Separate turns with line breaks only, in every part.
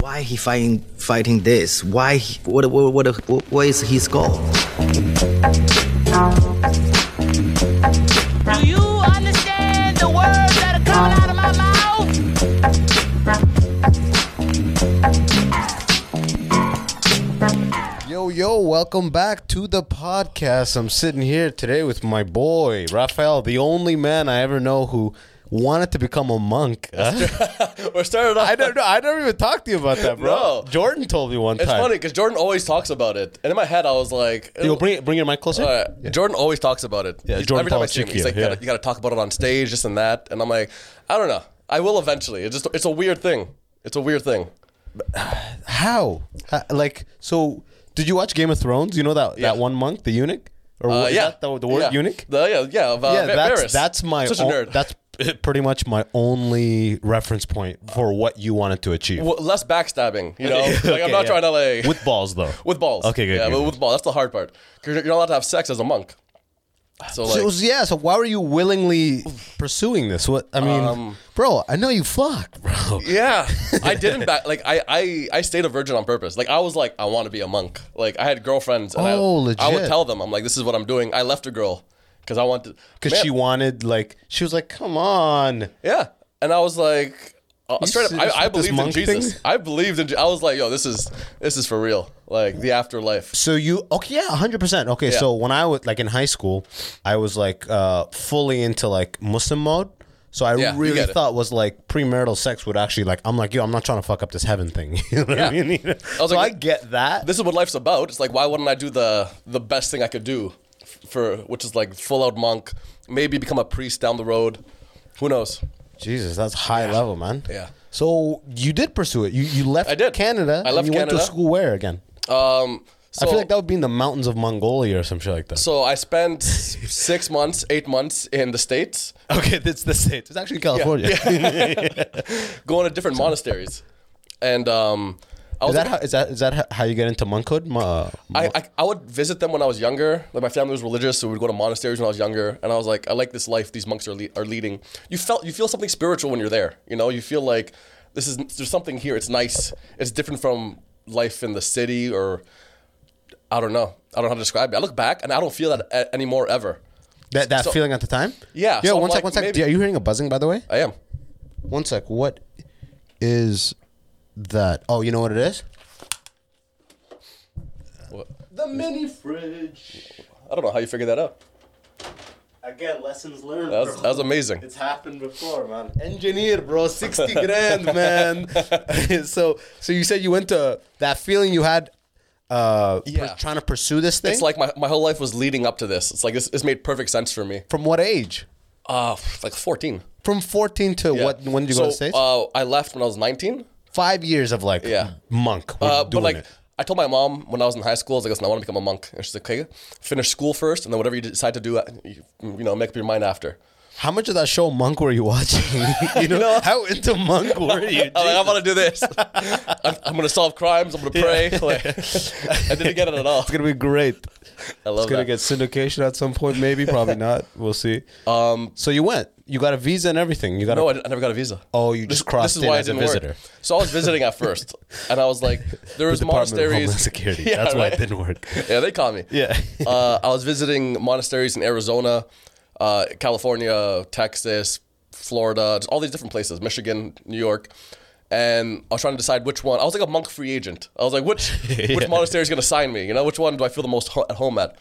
Why he fighting fighting this? Why? He, what, what what what what is his goal?
Do you understand the words that are coming out of my mouth?
Yo, yo, welcome back to the podcast. I'm sitting here today with my boy, Raphael, the only man I ever know who wanted to become a monk.
We're starting off.
I don't know. I never even talked to you about that, bro.
No.
Jordan told me one
It's
time.
funny because Jordan always talks about it, and in my head I was like,
Yo, bring it, bring your mic closer.
all right. Jordan always talks about it.
Yeah,
He's-
Jordan
every time I see him,
Palachiuk
he's like,
here,
gotta,
yeah.
you got to talk about it on stage, this and that. And I'm like, I don't know. I will eventually. It's just, it's a weird thing. It's a weird thing.
How? How? Like, so did you watch Game of Thrones? You know that,
Yeah.
that one monk, the eunuch? Or
Uh,
what- is
yeah,
that the, the word
yeah.
eunuch?
The- yeah, yeah, of, uh,
yeah,
Va-
that's
Varys.
that's my
such
on-
a nerd.
that's pretty much my only reference point for what you wanted to achieve.
Well, less backstabbing. You know, like I'm
Okay,
not
yeah.
trying to like
with balls though.
with balls.
Okay, good.
Yeah,
good,
but
good.
with balls. That's the hard part. 'Cause You're you're not allowed to have sex as a monk. So like,
So yeah, so why were you willingly pursuing this? What I mean,
Um,
bro, I know you flock, bro.
Yeah, I didn't back. Like I, I, I stayed a virgin on purpose. Like I was like, I want to be a monk. Like I had girlfriends. And
Oh,
I, I
legit.
would tell them, I'm like, this is what I'm doing. I left a girl because I wanted.
Because
Man,
she wanted like she was like, come on.
Yeah, and I was like, uh, straight up,
serious
I, I
with this
believed in
monk
Jesus.
thing?
I believed in. Je- I was like, yo, this is this is for real. Like the afterlife.
So you okay? Yeah, hundred percent. Okay,
Yeah.
so when I was like in high school, I was like uh fully into like Muslim mode. So I
Yeah, you
really
get it.
thought was like premarital sex would actually like I'm like yo I'm not trying to fuck up this heaven thing. you know what I
Yeah.
mean?
I was
so
like,
I get that.
This is what life's about. It's like, why wouldn't I do the the best thing I could do f- for, which is like full out monk, maybe become a priest down the road. Who knows?
Jesus, that's high level, man.
Yeah.
So you did pursue it. You you left
I did.
Canada.
I
and
left
you went to
Canada.
school where again?
Um, so,
I feel like that would be in the mountains of Mongolia or some shit like that.
So I spent six months, eight months in the States,
okay, that's the state. It's actually California.
going to different monasteries. And um, I
is
was
that
like,
how, is that is that ho- how you get into monkhood? Ma-
I, I, I would visit them when I was younger. Like my family was religious, so we'd go to monasteries when I was younger. And I was like, I like this life these monks are, le- are leading. You felt you feel something spiritual when you're there. You know, you feel like this is there's something here. It's nice. It's different from life in the city or I don't know. I don't know how to describe it. I look back and I don't feel that a- anymore ever.
that that
so-
feeling at the time.
Yeah,
Yo,
so I'm
one sec,
like,
one sec.
maybe-
Do- Are you hearing a buzzing? By the way,
I am.
one sec. What is that? Oh, you know what it is.
What?
The mini fridge.
I don't know how you figured that out.
Again, lessons learned.
That was, that was amazing.
It's happened before, man.
Engineer, bro, sixty grand, man. so so you said you went to that feeling you had. Uh,
Yeah.
pers- trying to pursue this thing.
It's like my, my whole life was leading up to this. It's like this, this made perfect sense for me.
from what age?
Uh, like 14.
From fourteen to
Yeah.
what? When did you
so,
go to the states?
Uh, I left when I was 19.
Five years of like
Yeah.
monk. We're
Uh,
doing
but like,
it.
I told my mom when I was in high school, I was like, listen, I want to become a monk. And she's like, okay, finish school first, and then whatever you decide to do, uh, you, you know, make up your mind after.
How much of that show Monk were you watching? you know, how into Monk were you?
I'm like, I want to do this. I'm, I'm going to solve crimes. I'm going to pray. Like, I didn't get it at all.
It's gonna be great.
I love
It's gonna
that.
get syndication at some point, maybe, probably not. We'll see. Um, so you went, you got a visa and everything. You got
No,
a,
I, didn't- I never got a visa.
Oh, you just crossed in as a
work.
visitor.
So I was visiting at first, and I was like, there
the
was
Department of
monasteries.
Homeland Security.
Yeah,
That's why it
right?
didn't work.
yeah, they caught me.
Yeah.
uh, I was visiting monasteries in Arizona, uh, California, Texas, Florida, just all these different places, Michigan, New York. And I was trying to decide which one. I was like a monk free agent. I was like, which which monastery is going to sign me? You know, which one do I feel the most ho- at home at?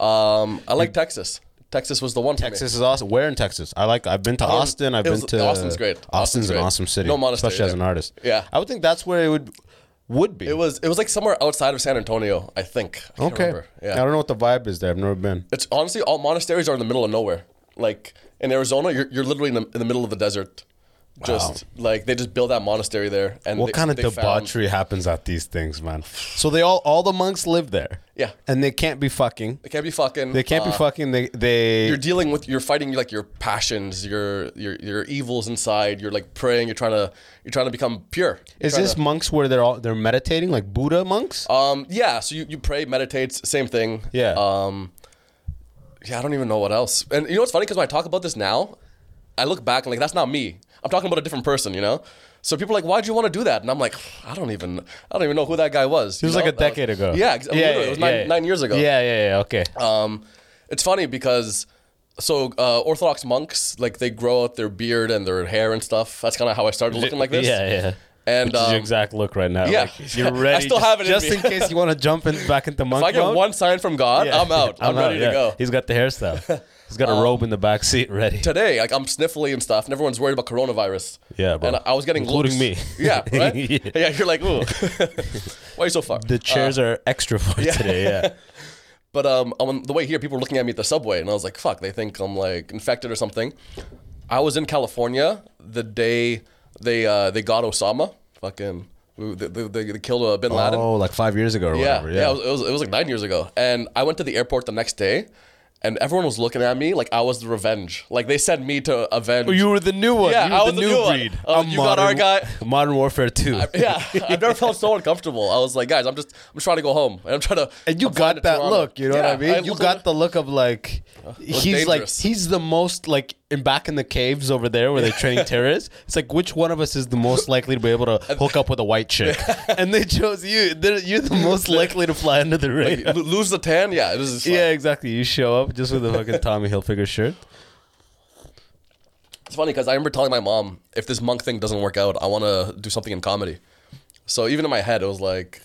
Um, I like Texas. Texas was the one. for me.
Texas is awesome. Where in Texas? I like. I've been to
don't-
Austin. I've
it
been
was-
to
Austin's great.
Austin's,
Austin's
an
great.
awesome city.
No monastery
especially as
there.
an artist.
Yeah.
I would think that's where it would would be.
It was it was like somewhere outside of San Antonio, I think. I can't
okay.
remember.
I don't know what the vibe is there. I've never been.
It's honestly all monasteries are in the middle of nowhere. Like in Arizona, you're, you're literally in the, in the middle of the desert. Just like they just build that monastery there. And
What
they-
kind of
they found-
debauchery happens at these things, man? So they all all the monks live there.
Yeah.
And they can't be fucking.
They can't be fucking.
They can't be
uh,
fucking. They they
You're dealing with you're fighting like your passions, your your your evils inside. You're like praying. You're trying to you're trying to become pure. You're
is
trying
this
to-
monks where they're all they're meditating like Buddha monks?
um yeah? So you you pray, meditate, same thing.
Yeah.
Um. Yeah, I don't even know what else. And you know what's funny? Because when I talk about this now, I look back and like that's not me. I'm talking about a different person. You know. So people are like, why'd you want to do that? And I'm like, I don't even, I don't even know who that guy was.
It was like a decade ago.
Yeah, ex- literally, it was nine,
yeah.
nine years ago.
Yeah, yeah, yeah. Okay.
Um, it's funny because so uh, Orthodox monks like they grow out their beard and their hair and stuff. That's kind of how I started looking like this.
Yeah, yeah.
And
Which is your
um,
exact look right now.
yeah.
Like, you're
I
ready.
still
just,
have it in
just
me.
in case you want to jump in back into monk
if I get
mode,
one sign from God,
yeah.
I'm out. I'm, ready
yeah.
to go. Uh,
He's got the hairstyle. He's got a robe in the back seat ready.
Today, like I'm sniffly and stuff, and everyone's worried about coronavirus.
Yeah, bro.
And I was getting
Including
looks.
me.
Yeah, right.
Yeah.
yeah. you're like, ooh, why are you so far?
The
uh,
chairs are extra for today. Yeah.
But um, on the way here, people were looking at me at the subway, and I was like, "Fuck!" They think I'm like infected or something. I was in California the day they uh, they got Osama. Fucking, they, they, they killed uh, Bin Laden.
Oh, like five years ago or
yeah,
whatever.
yeah. it, was, it was it was like nine years ago, and I went to the airport the next day, and everyone was looking at me like I was the revenge. Like they sent me to avenge.
Oh, You were the new one.
Yeah,
you were
I was
the
the
new
new one.
breed.
Oh,
I'm
you got our guy.
Modern Warfare 2.
yeah, I've never felt so uncomfortable. I was like, guys, I'm just I'm trying to go home, and I'm trying to.
And you
I'm flying
got
to
that
Toronto.
look, you know
Yeah,
what I mean? you
looked-
got the look of like he's like
dangerous.
he's the most like in back in the caves over there where they're training terrorists. It's like which one of us is the most likely to be able to hook up with a white chick? and they chose you. They're- You're the most likely to fly under the radar.
Lo- lose the tan. Yeah, it was just
yeah, exactly. You show up just with a fucking Tommy Hilfiger shirt.
It's funny because I remember telling my mom, if this monk thing doesn't work out, I want to do something in comedy. So even in my head, it was like,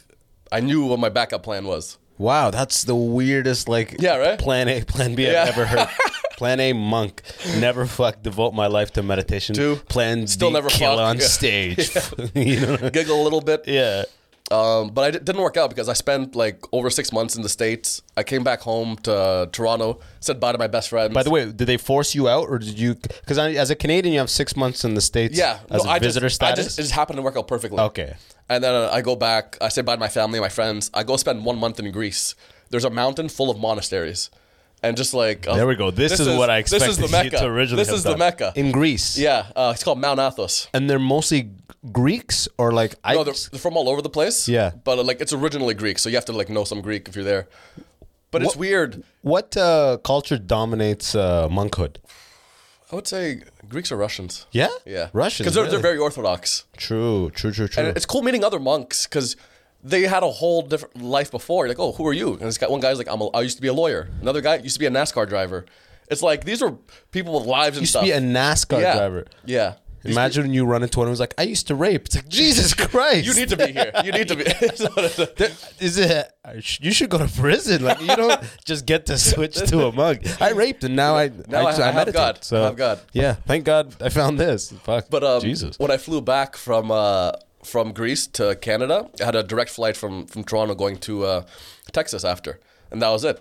I knew what my backup plan was.
Wow, that's the weirdest like
Yeah, right?
plan A, plan B
Yeah.
I've ever heard. plan A monk, never fuck, devote my life to meditation.
Two,
plan
still
B,
never
kill
fuck.
on
Yeah.
stage. you know what I mean?
Giggle a little bit.
Yeah.
Um, but I d- didn't work out because I spent like over six months in the States. I came back home to uh, Toronto, said bye to my best friends.
By the way, did they force you out, or did you? Because as a Canadian, you have six months in the states.
yeah,
as
no,
a
I
visitor
just, I
status.
just, it just happened to work out perfectly.
Okay.
And then uh, I go back, I say bye to my family, my friends. I go spend one month in Greece. There's a mountain full of monasteries. And just like. I was-
there we go. This, is, what I expected
This is the
you
Mecca.
to originally.
This
have
is the
done.
Mecca.
in Greece.
Yeah, uh, it's called Mount Athos.
and they're mostly Greeks or like I.
No, they're, they're from all over the place.
Yeah.
but uh, like it's originally Greek, so you have to like know some Greek if you're there. But it's
What-
weird.
what uh, culture dominates uh, monkhood?
I would say Greeks or Russians.
Yeah,
yeah,
Russians.
because they're,
really.
they're very orthodox.
true, true, true, true.
And it's cool meeting other monks because they had a whole different life before. You're like, oh, who are you? And this guy, one guy's like, I'm a, I used to be a lawyer. Another guy used to be a NASCAR driver. It's like these are people with lives and
used
stuff.
to be a NASCAR
yeah.
driver.
Yeah.
Imagine you run into one who's like, "I used to rape." It's like Jesus Christ.
You need to be here. You need to be.
There- Is it? I sh- You should go to prison. Like you don't just get to switch to a monk. I raped and now I
Now I- I have
meditate,
God. I
So
have God.
Yeah, thank God I found this. Fuck,
But um,
Jesus.
when I flew back from uh, from Greece to Canada, I had a direct flight from from Toronto going to uh, Texas after, and that was it.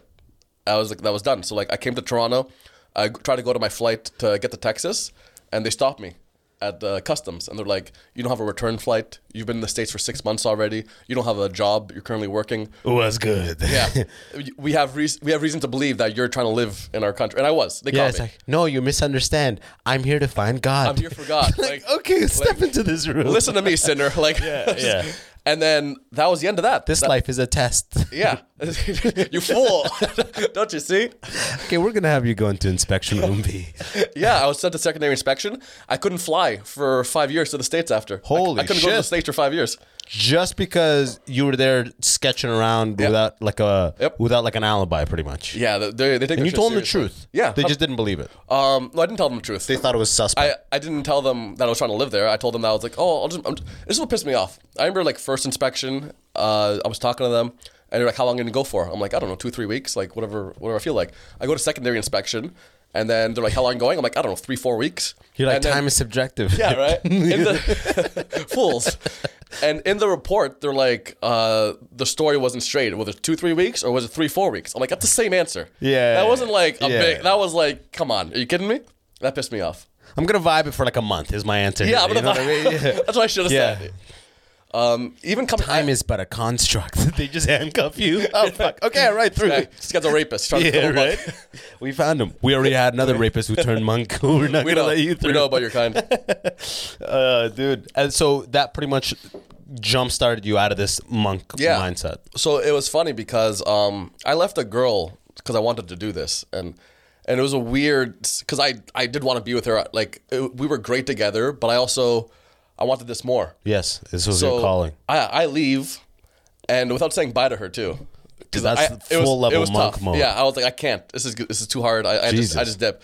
I was like, that was done. So like, I came to Toronto, I g- tried to go to my flight to get to Texas, and they stopped me at uh, customs, and they're like, "You don't have a return flight. You've been in the states for six months already. You don't have a job. You're currently working.
was good.
Yeah, we have reas we have reason to believe that you're trying to live in our country." And I was. They
Yeah,
caught
it's
me.
like no, you misunderstand. I'm here to find God.
I'm here for God.
like,
Like-
okay,
like-
step into this room.
listen to me, sinner. Like,
yeah.
And then that was the end of that.
this
That-
life is a test.
yeah. you fool. Don't you see?
okay, we're gonna have you go into inspection room B.
Yeah, I was sent to secondary inspection. I couldn't fly for five years to the States after. I-
Holy
I, couldn't go to the
shit.
States for five years.
Just because you were there sketching around without like a
Yep.
without like an alibi, pretty much.
Yeah, they, they, they take
And
their
you
shit
told them the
seriously.
truth.
Yeah.
They just didn't believe it.
Um, no, I didn't tell them the truth.
They thought it was suspect.
I, I didn't tell them that I was trying to live there. I told them that I was like, oh, I'll just, I'm, this is what pissed me off. I remember like first inspection, uh, I was talking to them and they're like, how long are you going to go for? I'm like, I don't know, two, three weeks, like whatever, whatever I feel like. I go to secondary inspection and then they're like, how long are you going? I'm like, I don't know, three, four weeks.
You're like,
And then-
time is subjective.
Yeah, right? In the, fools. And in the report, they're like, uh, the story wasn't straight. Was it two, three weeks or was it three, four weeks? I'm like, that's the same answer.
Yeah.
That wasn't like a
Yeah.
big, that was like, come on, are you kidding me? That pissed me off.
I'm gonna vibe it for like a month. Is my answer.
Yeah,
here,
I'm
you
gonna
know what I mean? Yeah.
That's what I should have
Yeah.
said. Um, even coming
Time is but a construct. they just handcuff you. Oh fuck. Okay, right through.
Hey, this guy's a rapist. Trying to
Yeah,
kill a
right.
monk.
we found him. We already had another rapist who turned monk. who We're not
We
gonna
know,
let you through.
we know about your kind.
uh, dude. And so that pretty much jump started you out of this monk
Yeah.
mindset.
So it was funny because um, I left a girl because I wanted to do this, and and it was a weird because I I did want to be with her. Like it, we were great together, but I also I wanted this more.
Yes, this was
So
your calling.
I, I leave, and without saying bye to her too. Because
That's the full level monk mode.
Yeah, I was like, I can't. This is this is too hard. I, I just
Jesus.
I just dip.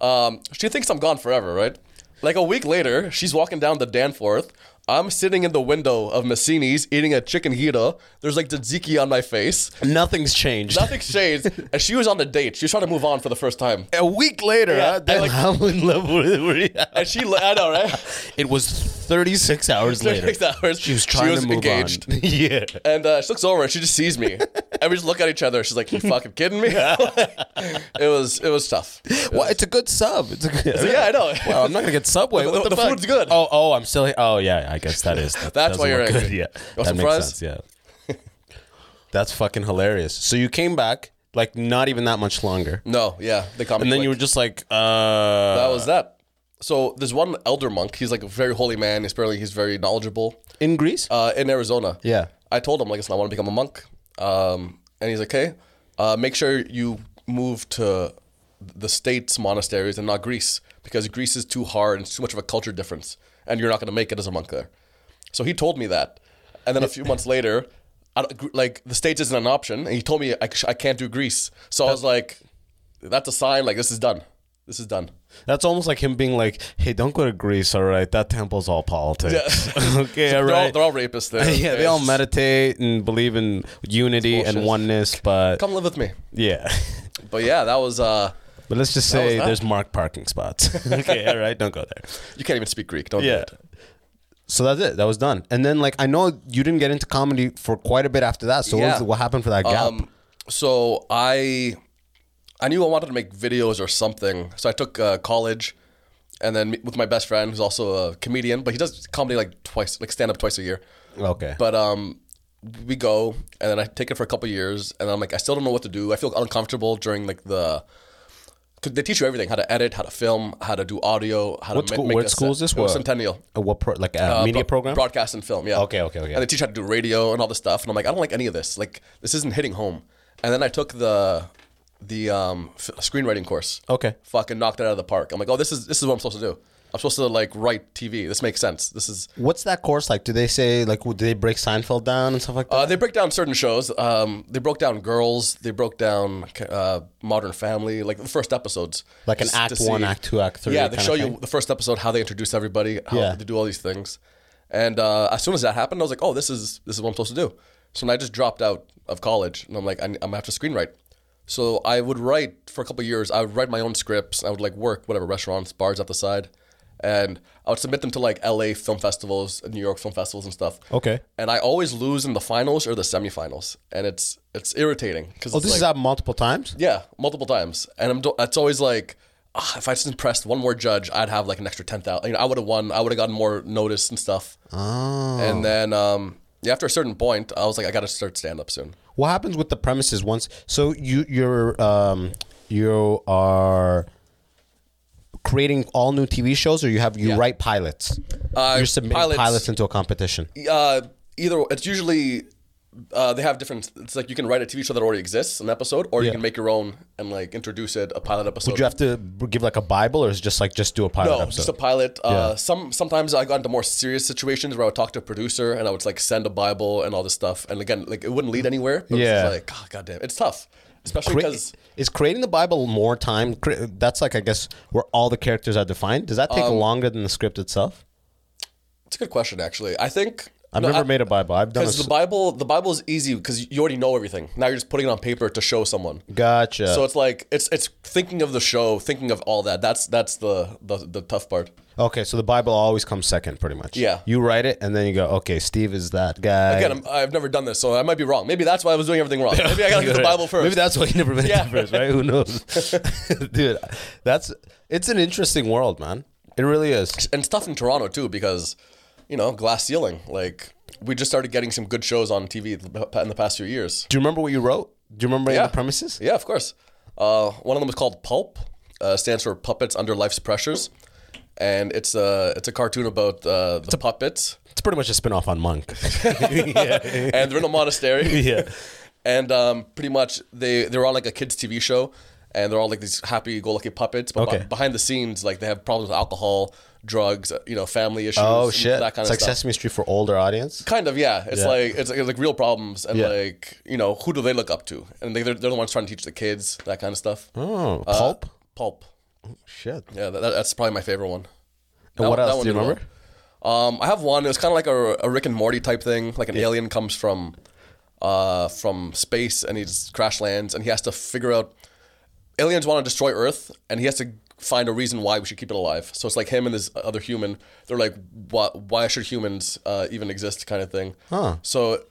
Um, she thinks I'm gone forever, right? Like a week later, she's walking down the Danforth. I'm sitting in the window of Messini's eating a chicken gita. There's like tzatziki on my face.
Nothing's changed.
Nothing shades. and she was on a date. She was trying to move on for the first time.
A week later,
Yeah,
huh?
I
Damn,
like-
how in love were were you?
And she, I know, right?
It was 36 hours later.
36 hours.
She was
She
trying
was
to move
engaged.
on. yeah.
And uh, she looks over and she just sees me. and we just look at each other. She's like, "You fucking kidding me?" it was it was tough. It
Well,
was-
it's a good sub. It's a good,
yeah, I know.
Well, I'm not gonna get Subway.
The-
what
the-
the,
the
fuck?
food's good.
Oh, oh, I'm still. Here. Oh, yeah. I guess that is. That
That's why
doesn't
you're
look
angry.
good. Yeah,
You want
that
some
makes
fries?
sense. Yeah. That's fucking hilarious. So you came back like not even that much longer,
no, yeah, the comic.
and then
book.
you were just like, uh,
that was that. So there's one elder monk. He's like a very holy man. Apparently, he's very knowledgeable.
in Greece.
Uh, in Arizona.
Yeah.
I told him like, "Listen, I want to become a monk." Um, and he's like, "Okay, uh, make sure you move to the states monasteries and not Greece because Greece is too hard and it's too much of a culture difference, and you're not going to make it as a monk there." So he told me that, and then a few months later, I, don't- Gr- like the states isn't an option, and he told me I, c- I can't do Greece. So I was like, "That's a sign. Like this is done. This is done."
That's almost like him being like, "Hey, don't go to Greece. All right, that temple's all politics.
Yeah.
okay,
So
all
they're, all,
right.
they're all rapists there.
yeah, they
It's
all
just-
meditate and believe in unity and
bullshit.
oneness, but
Come live with me.
yeah."
But yeah, that was. uh
But let's just say
that.
there's marked parking spots. okay, all right, don't go there.
You can't even speak Greek. Don't do
Yeah.
it.
So that's it. That was done. And then, like, I know you didn't get into comedy for quite a bit after that. So what,
Yeah.
was, what happened for that gap?
Um, so I, I knew I wanted to make videos or something. So I took uh, college, and then with my best friend, who's also a comedian, but he does comedy like twice, like stand up twice a year.
okay.
But um, we go, and then I take it for a couple years, and I'm like, I still don't know what to do. I feel uncomfortable during like the. 'cause They teach you everything: how to edit, how to film, how to do audio, how
What
to ma-
school-
make
what
a
school is
set.
this?
It was
What-
Centennial.
Uh, what pro- like a
uh,
media
bro-
program?
broadcast and film. Yeah.
Okay, okay, okay.
And they teach you how to do radio and all this stuff. And I'm like, I don't like any of this. Like, this isn't hitting home. And then I took the the um, f- screenwriting course.
Okay.
Fucking knocked it out of the park. I'm like, oh, this is this is what I'm supposed to do. I'm supposed to like write TV. This makes sense. This is.
What's that course like? Do they say like w- do they break Seinfeld down and stuff like that?
Uh, they break down certain shows. Um, they broke down Girls. They broke down uh, Modern Family, like the first episodes.
Like an
Just
act
to
one, act two, act three
Yeah, they
kinda
show you
thing?
the first episode how they introduce everybody, how
Yeah.
they do all these things. And uh, as soon as that happened, I was like, oh, this is this is what I'm supposed to do. So then I just dropped out of college, and I'm like, I, I'm gonna have to screenwrite. So I would write for a couple of years. I would write my own scripts. I would like work whatever restaurants, bars at the side, and I would submit them to like L.A. film festivals, New York film festivals, and stuff
Okay.
and I always lose in the finals or the semifinals, and it's it's irritating because
oh, this is happened multiple times.
yeah multiple times, and I'm do- it's always like ah, if I just impressed one more judge, I'd have like an extra ten thousand. You know, I would have won. I would have gotten more notice and stuff.
Ah.
Oh. And then um, yeah, after a certain point, I was like, I got to start stand up soon.
What happens with the premises once? So you you're um you are creating all new TV shows, or you have you write pilots?
Uh,
you're submitting
pilots-
pilots. into a competition.
Uh, either it's usually. Uh, they have different. It's like you can write a TV show that already exists, an episode, or you
Yeah.
can make your own and like introduce it, a pilot episode.
Would you have to b- give like a Bible, or is it just like just do a pilot
Uh, No,
episode?
just a pilot. Uh,
Yeah.
Some sometimes I got into more serious situations where I would talk to a producer and I would like send a Bible and all this stuff. And again, like it wouldn't lead anywhere. But yeah,
Yeah.
it's just like oh, goddamn, it's tough, especially
Crea-
because
is creating the Bible more time? cre- That's like I guess where all the characters are defined. Does that take
Um,
longer than the script itself?
it's a good question. Actually, I think
I've
no,
never
I-
made a Bible. I've done a
because the
s-
Bible the Bible is easy because you already know everything. Now you're just putting it on paper to show someone.
gotcha.
So it's like it's it's thinking of the show, thinking of all that. That's that's the the, the tough part.
okay, so the Bible always comes second, pretty much.
Yeah.
you write it and then you go, okay, Steve is that guy.
Again, I'm, I've never done this, so I might be wrong. Maybe that's why I was doing everything wrong. Maybe I gotta get the Bible first.
Maybe that's why you never made
Yeah.
it first, right? Who knows, dude? That's it's an interesting world, man. It really is.
and stuff in Toronto too, because you know, glass ceiling. Like we just started getting some good shows on TV in the past few years.
Do you remember what you wrote? Do you remember any of the premises?
Yeah, of course. Uh, one of them was called Pulp. Uh, stands for Puppets Under Life's Pressures, and it's a it's a cartoon about uh, the puppets,
It's pretty much a spin-off on Monk.
and they're in a monastery.
Yeah.
and um, pretty much they they're on like a kids TV show, and they're all like these happy-go-lucky puppets. But
Okay.
be- behind the scenes, like they have problems with alcohol, drugs, uh, you know, family issues,
Oh
and
shit!
that kind
it's
of
like
stuff.
Sesame Street for older audience.
Kind of, yeah. It's
Yeah.
like it's, it's like real problems, and
Yeah.
like you know, who do they look up to? And they, they're they're the ones trying to teach the kids that kind of stuff.
Oh,
Uh,
pulp.
pulp.
Shit.
Yeah, that, that's probably my favorite one.
And
That-
what
that
else
one
do you
did well.
remember?
Um, I have one. It was kind of like a, a Rick and Morty type thing. Like an alien comes from, uh, from space and he just crash lands and he has to figure out. Aliens want to destroy Earth and he has to find a reason why we should keep it alive. So it's like him and this other human. They're like, why, why should humans uh, even exist? Kind of thing.
Huh.
So,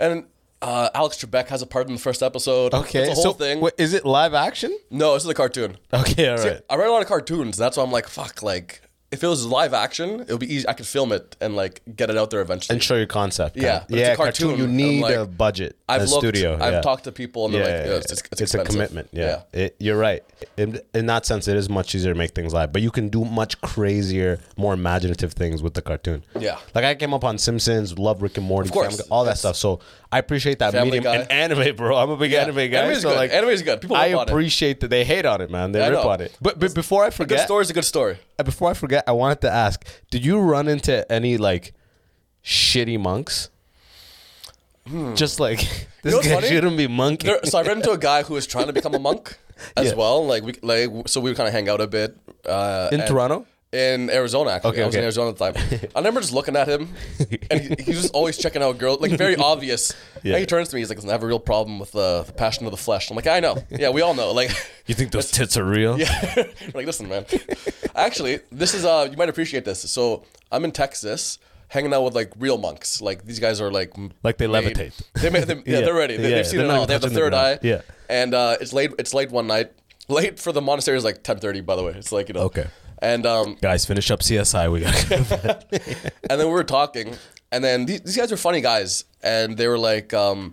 and uh, Alex Trebek has a part in the first episode.
Okay,
It's a whole
so
thing.
wait, is it live action?
no, this is a cartoon.
Okay, all
See,
right.
I read a lot of cartoons. That's why I'm like, fuck, like if it was live action, it would be easy. I could film it and like get it out there eventually.
And show your concept.
Yeah,
kinda.
but it's a
yeah.
cartoon,
You
and,
need
like,
a budget.
I've
a
looked,
studio.
I've
yeah.
talk to people and they're like, yeah, it's, it's, it's,
a
expensive.
commitment. Yeah, It- you're right. In, in that sense, it is much easier to make things live, but you can do much crazier, more imaginative things with the cartoon.
Yeah.
like I came up on Simpsons, love Rick and Morty,
Of course.
Family Guy, all that stuff. So I appreciate that
Family
medium
Guy.
and anime, bro. I'm a big
Yeah.
anime guy.
Anime's
so
good.
like,
Anime's good. People
I
rip on it.
appreciate that they hate on it, man. They
I
rip
know.
on it. But but before I
Good
forget,
story is a good story.
uh, before I forget, I wanted to ask: Did you run into any like shitty monks? Just like this
Hmm. know what's
guy
funny?
shouldn't be monking.
There- so I ran into a guy who was trying to become a monk as
Yeah.
well. Like we like so we would kind of hang out a bit uh,
In
and-
Toronto?
in Arizona. Actually,
Okay,
I was in
okay.
Arizona at the time. I remember just looking at him, and he, he's just always checking out girls, like very obvious.
Yeah.
And he turns to me, he's like, "I have a real problem with the, the passion of the flesh." I'm like, "I know, yeah, we all know." Like,
you think those tits are real?
yeah, like listen, man. Actually, this is uh, you might appreciate this. So I'm in Texas. Hanging out with like real monks, like these guys are like m-
Like they
made-
levitate.
They, ma- they, yeah,
Yeah.
they're ready. They,
Yeah,
they've seen
they're
it
not
all. They have the
touching the
third
ground.
eye.
Yeah.
And uh, it's late. It's late one night. Late for the monastery is like ten thirty. By the way, it's like you know.
Okay.
And um,
Guys, finish up CSI. We got
and then we were talking, and then these, these guys were funny guys, and they were like, um,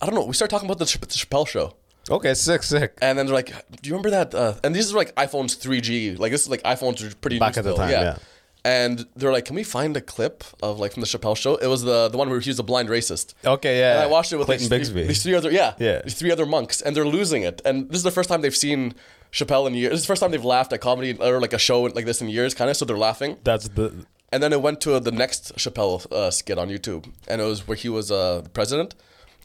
I don't know. We started talking about the, Ch- the Chappelle show,
okay, sick, sick.
and then they're like, Do you remember that? Uh, and these are like iPhones 3G. Like this is like iPhones are pretty new
Back at the
still,
time, yeah.
And they're like, Can we find a clip of like from the Chappelle show? It was the the one where he was a blind racist.
Okay, yeah.
And I watched it with
Clayton
these,
Bigsby.
These three other yeah,
Yeah.
These three other monks, and they're losing it. And this is the first time they've seen Chappelle in years. This is the first time they've laughed at comedy or like a show like this in years, kind of. So they're laughing.
That's the
And then it went to the next Chappelle uh, skit on YouTube, and it was where he was uh, the president,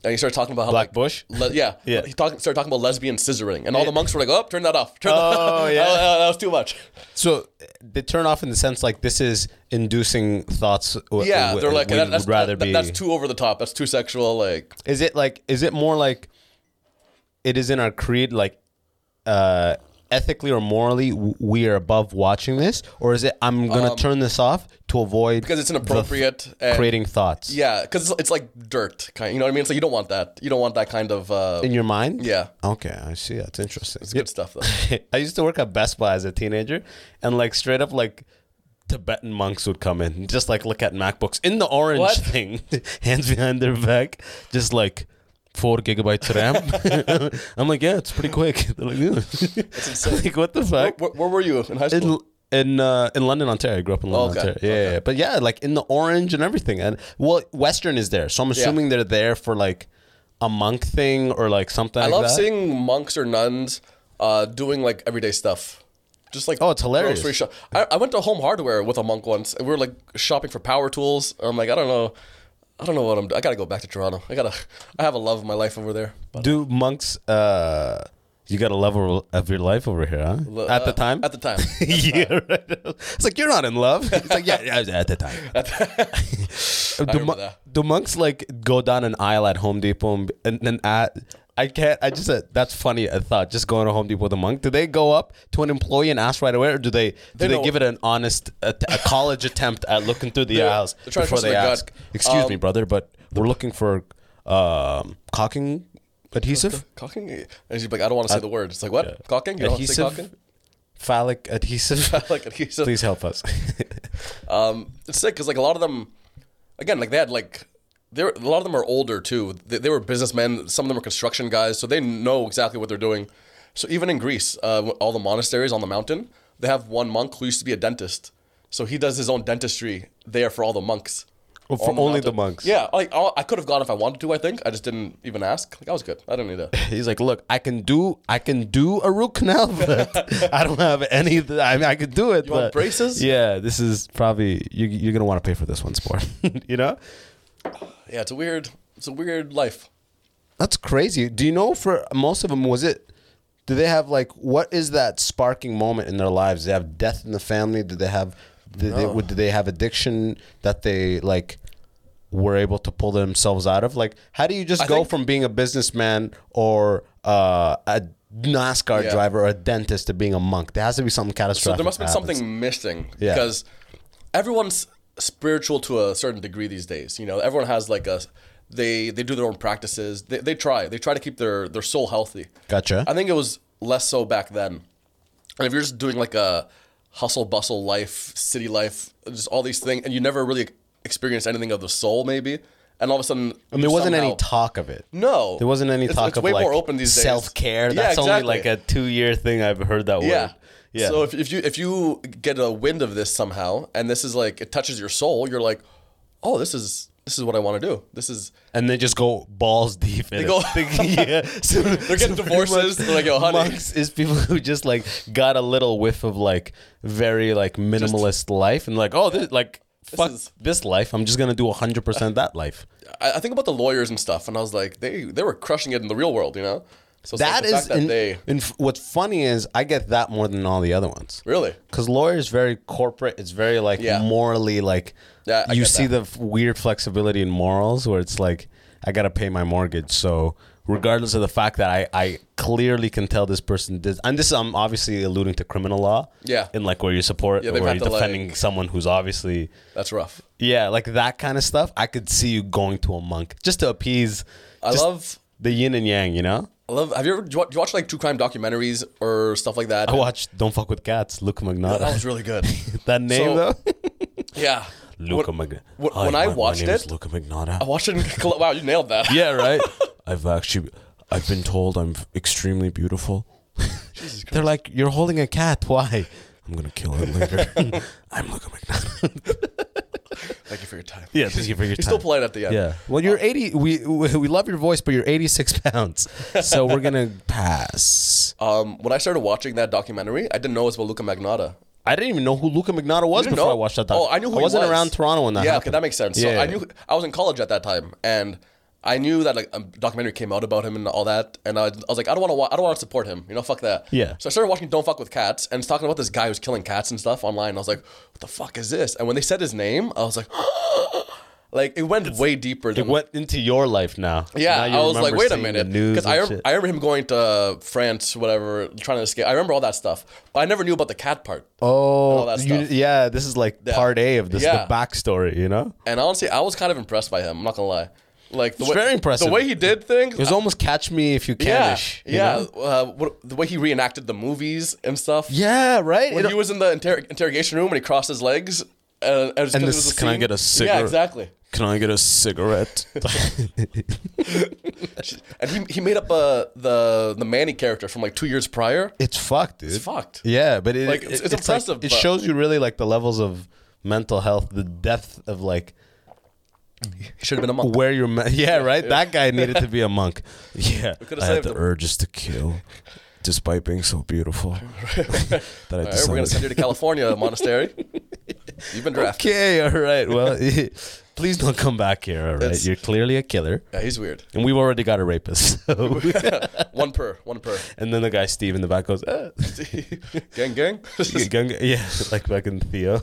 and he started talking about how
Black
like,
Bush?
le- yeah,
Yeah.
He talk- started talking about lesbian scissoring, and all the monks were like, "Oh, turn that off! Turn that
Oh,
off.
yeah.
Uh, uh, that was too much."
so they turn off in the sense like this is inducing thoughts. w-
Yeah,
w-
they're like,
we
that, "That's
would rather
that-
be.
that's too over the top. That's too sexual." Like,
Is it like? Is it more like? It is in our creed, like, uh, ethically or morally, w- we are above watching this, or is it? I'm gonna turn this off to avoid
Um, because it's
the f-
inappropriate. and,
creating thoughts.
Yeah, because it's, it's like dirt, kind. You know what I mean? It's like you don't want that. You don't want that kind of. Uh,
in your mind.
yeah,
Okay, I see. That's interesting.
it's good stuff though.
I used to work at Best Buy as a teenager, and like straight up like Tibetan monks would come in, and just like look at MacBooks in the orange
What?
thing, hands behind their back, just like four gigabytes RAM. I'm like, yeah, it's pretty quick. They're like, yeah.
insane.
like what the fuck?
Where, where were you in high school? Oh,
in in uh, in London, Ontario. I grew up in London,
Okay,
Ontario. Yeah, yeah, yeah, but yeah, like in the orange and everything. And well, Western is there, so I'm assuming they're there for like a monk thing or like something.
I
like
love
that.
seeing monks or nuns uh, doing like everyday stuff. Just like
Oh, it's hilarious.
grocery shop. I, I went to Home Hardware with a monk once, and we were like shopping for power tools. I'm like, I don't know, I don't know what I'm. do- I gotta go back to Toronto. I gotta. I have a love of my life over there. But,
Do monks? uh You got a level of your life over here, huh?
uh,
at the time.
At the time.
yeah, right. It's like you're not in love. It's like yeah, yeah, at the time. do,
remember
mon-
that.
do monks like go down an aisle at Home Depot and, and then at I can't. I just uh, that's funny. I thought just going to Home Depot with a monk. Do they go up to an employee and ask right away, or do they do they,
know-
give it an honest a, a college attempt at looking through the
They're-
aisles
they're
before
trying to trust
they
their gut.
ask? Excuse
Um,
me, brother, but we're looking for um, caulking adhesive.
Cocking? And he's like, I don't want to say the word. It's like, what? Cocking? You don't want to say
Adhesive?
cocking?
phallic adhesive.
Like adhesive.
Please help us.
Um, it's sick because like a lot of them, again, like they had like they were, a lot of them are older too. They, they were businessmen. Some of them are construction guys, so they know exactly what they're doing. So even in Greece, uh, all the monasteries on the mountain, they have one monk who used to be a dentist. So he does his own dentistry there for all the monks.
Oh, for
On the
only the
mountain.
monks.
Yeah, like I, I could have gone if I wanted to. I think I just didn't even ask. Like I was good. I didn't need to.
He's like, look, I can do, I can do a root canal, but I don't have any. of the- I mean, I could do it.
You want
but-
braces?
Yeah, this is probably you, you're gonna want to pay for this one, sport. you know,
Yeah, it's a weird. It's a weird life.
that's crazy. Do you know for most of them was it? Do they have like what is that sparking moment in their lives? They have death in the family. Did they have? Did they, would, did they have addiction that they like? Were able to pull themselves out of like how do you just
I
go
think-
from being a businessman or uh, a NASCAR
Yeah.
driver or a dentist to being a monk? There has to be something catastrophic.
So there must have
that
been
happens.
something missing
Yeah.
because everyone's spiritual to a certain degree these days. You know, everyone has like a they they do their own practices. They, they try they try to keep their their soul healthy.
Gotcha.
I think it was less so back then. And if you're just doing like a hustle bustle life, city life, just all these things, and you never really experienced anything of the soul, maybe. And all of a sudden,
I mean, there wasn't any
somehow-
talk of it.
No,
There wasn't any
It's-
talk
it's
of
way
like
more open these days.
self-care.
Yeah,
That's only
exactly.
like a two-year thing I've heard that
Yeah.
word. Yeah.
So if, if you if you get a wind of this somehow, and this is like it touches your soul, you're like, oh, this is this is what I want to do. This is
and they just go balls deep. In they
go-
yeah. So,
They're getting
pretty much
divorces. They're like, "Yo, honey."
Monks is people who just like got a little whiff of like very like minimalist life and like, oh, this, like fuck
is-
this life. I'm just gonna do hundred percent that life.
I, I think about the lawyers and stuff, and I was like, they they were crushing it in the real world, you know. So it's like
That
the
is,
fact that
in-
they
in f- what's funny is I get that more than all the other ones.
really
Because lawyer is very corporate. It's very like
Yeah.
morally like
Yeah, I
you
get
see
that.
the f- weird flexibility in morals where it's like I gotta pay my mortgage. So regardless of the fact that I, I clearly can tell this person did, and this I'm obviously alluding to criminal law.
Yeah.
in like where you support
Yeah, they've
where
had
you're
to,
defending
like-
someone who's obviously
that's rough.
yeah like that kind of stuff. I could see you going to a monk just to appease.
I
just
love
the yin and yang. You know,
I love. Have you ever do you watch, do you watch like true crime documentaries or stuff like that?
I watched Don't Fuck with Cats. Luca Magnotta.
That was really good.
that name
So-
though.
yeah.
Luca
When-
Magnotta.
when- when I watched
my name is
it-
Luca Magnotta.
I watched it. In, wow, you nailed that.
Yeah, right. I've actually, I've been told I'm extremely beautiful. They're like, you're holding a cat. Why? I'm gonna kill her later. I'm Luca McNaught.
Thank you for your time.
yeah, thank you for your
He's still polite at the end.
Yeah. Well, you're 80. We we love your voice, but you're 86 pounds, so we're gonna pass.
Um, when I started watching that documentary, I didn't know it was about Luca Magnotta.
I didn't even know who Luca Magnotta was
You didn't
before
know?
I watched that. Doc.
Oh, I knew who
I
he
wasn't
was.
around Toronto when that
Yeah,
happened.
okay, that makes sense.
Yeah.
So I knew I was in college at that time, and I knew that like a documentary came out about him and all that, and I, I was like, I don't want to, wa- I don't want to support him. You know, fuck that.
Yeah.
So I started watching Don't Fuck with Cats, and it's talking about this guy who's killing cats and stuff online. and I was like, what the fuck is this? And when they said his name, I was like, like it went way deeper. Than
It went into your life now.
yeah,
Now you
I was like,
remember
wait a
seeing the
minute,
news
because I,
and
rem-
shit.
I remember him going to France, whatever, trying to escape. I remember all that stuff, but I never knew about the cat part. and all
Oh,
that
you-
stuff.
yeah. This is like
Yeah.
part A of this,
Yeah.
the backstory. You know,
And honestly, I was kind of impressed by him. I'm not gonna lie. Like the
It's
way,
very impressive.
The way he did things.
it was almost catch me if you
yeah,
can-ish. you
yeah.
know?
Uh, what, the way he reenacted the movies and stuff.
yeah, right.
When
It-
he was in the inter- interrogation room and he crossed his legs. Uh, and
And
this,
this- can I get a
Yeah,
cigarette?
exactly.
can I get a cigarette?
And he, he made up uh, the the Manny character from like two years prior.
it's fucked, dude. It's
fucked.
Yeah, but it,
Like, it's-
it-
it's
like-
impressive,
it
but-
shows you really like the levels of mental health, the depth of like
He should have been a monk.
where you're. Me- yeah, right. That guy needed to be a monk. Yeah,
could've
I had
saved
the
him.
urges to kill, despite being so beautiful. that I
All right, we're gonna
decided.
send you to California monastery. You've been drafted.
Okay, all right. Well, please don't come back here. All right,
That's-
you're clearly a killer,
Yeah, he's weird.
and we've already got a rapist. So.
One per, one per.
And then the guy Steve in the back goes, "Eh."
gang, gang.
Gunga- yeah, like fucking Theo.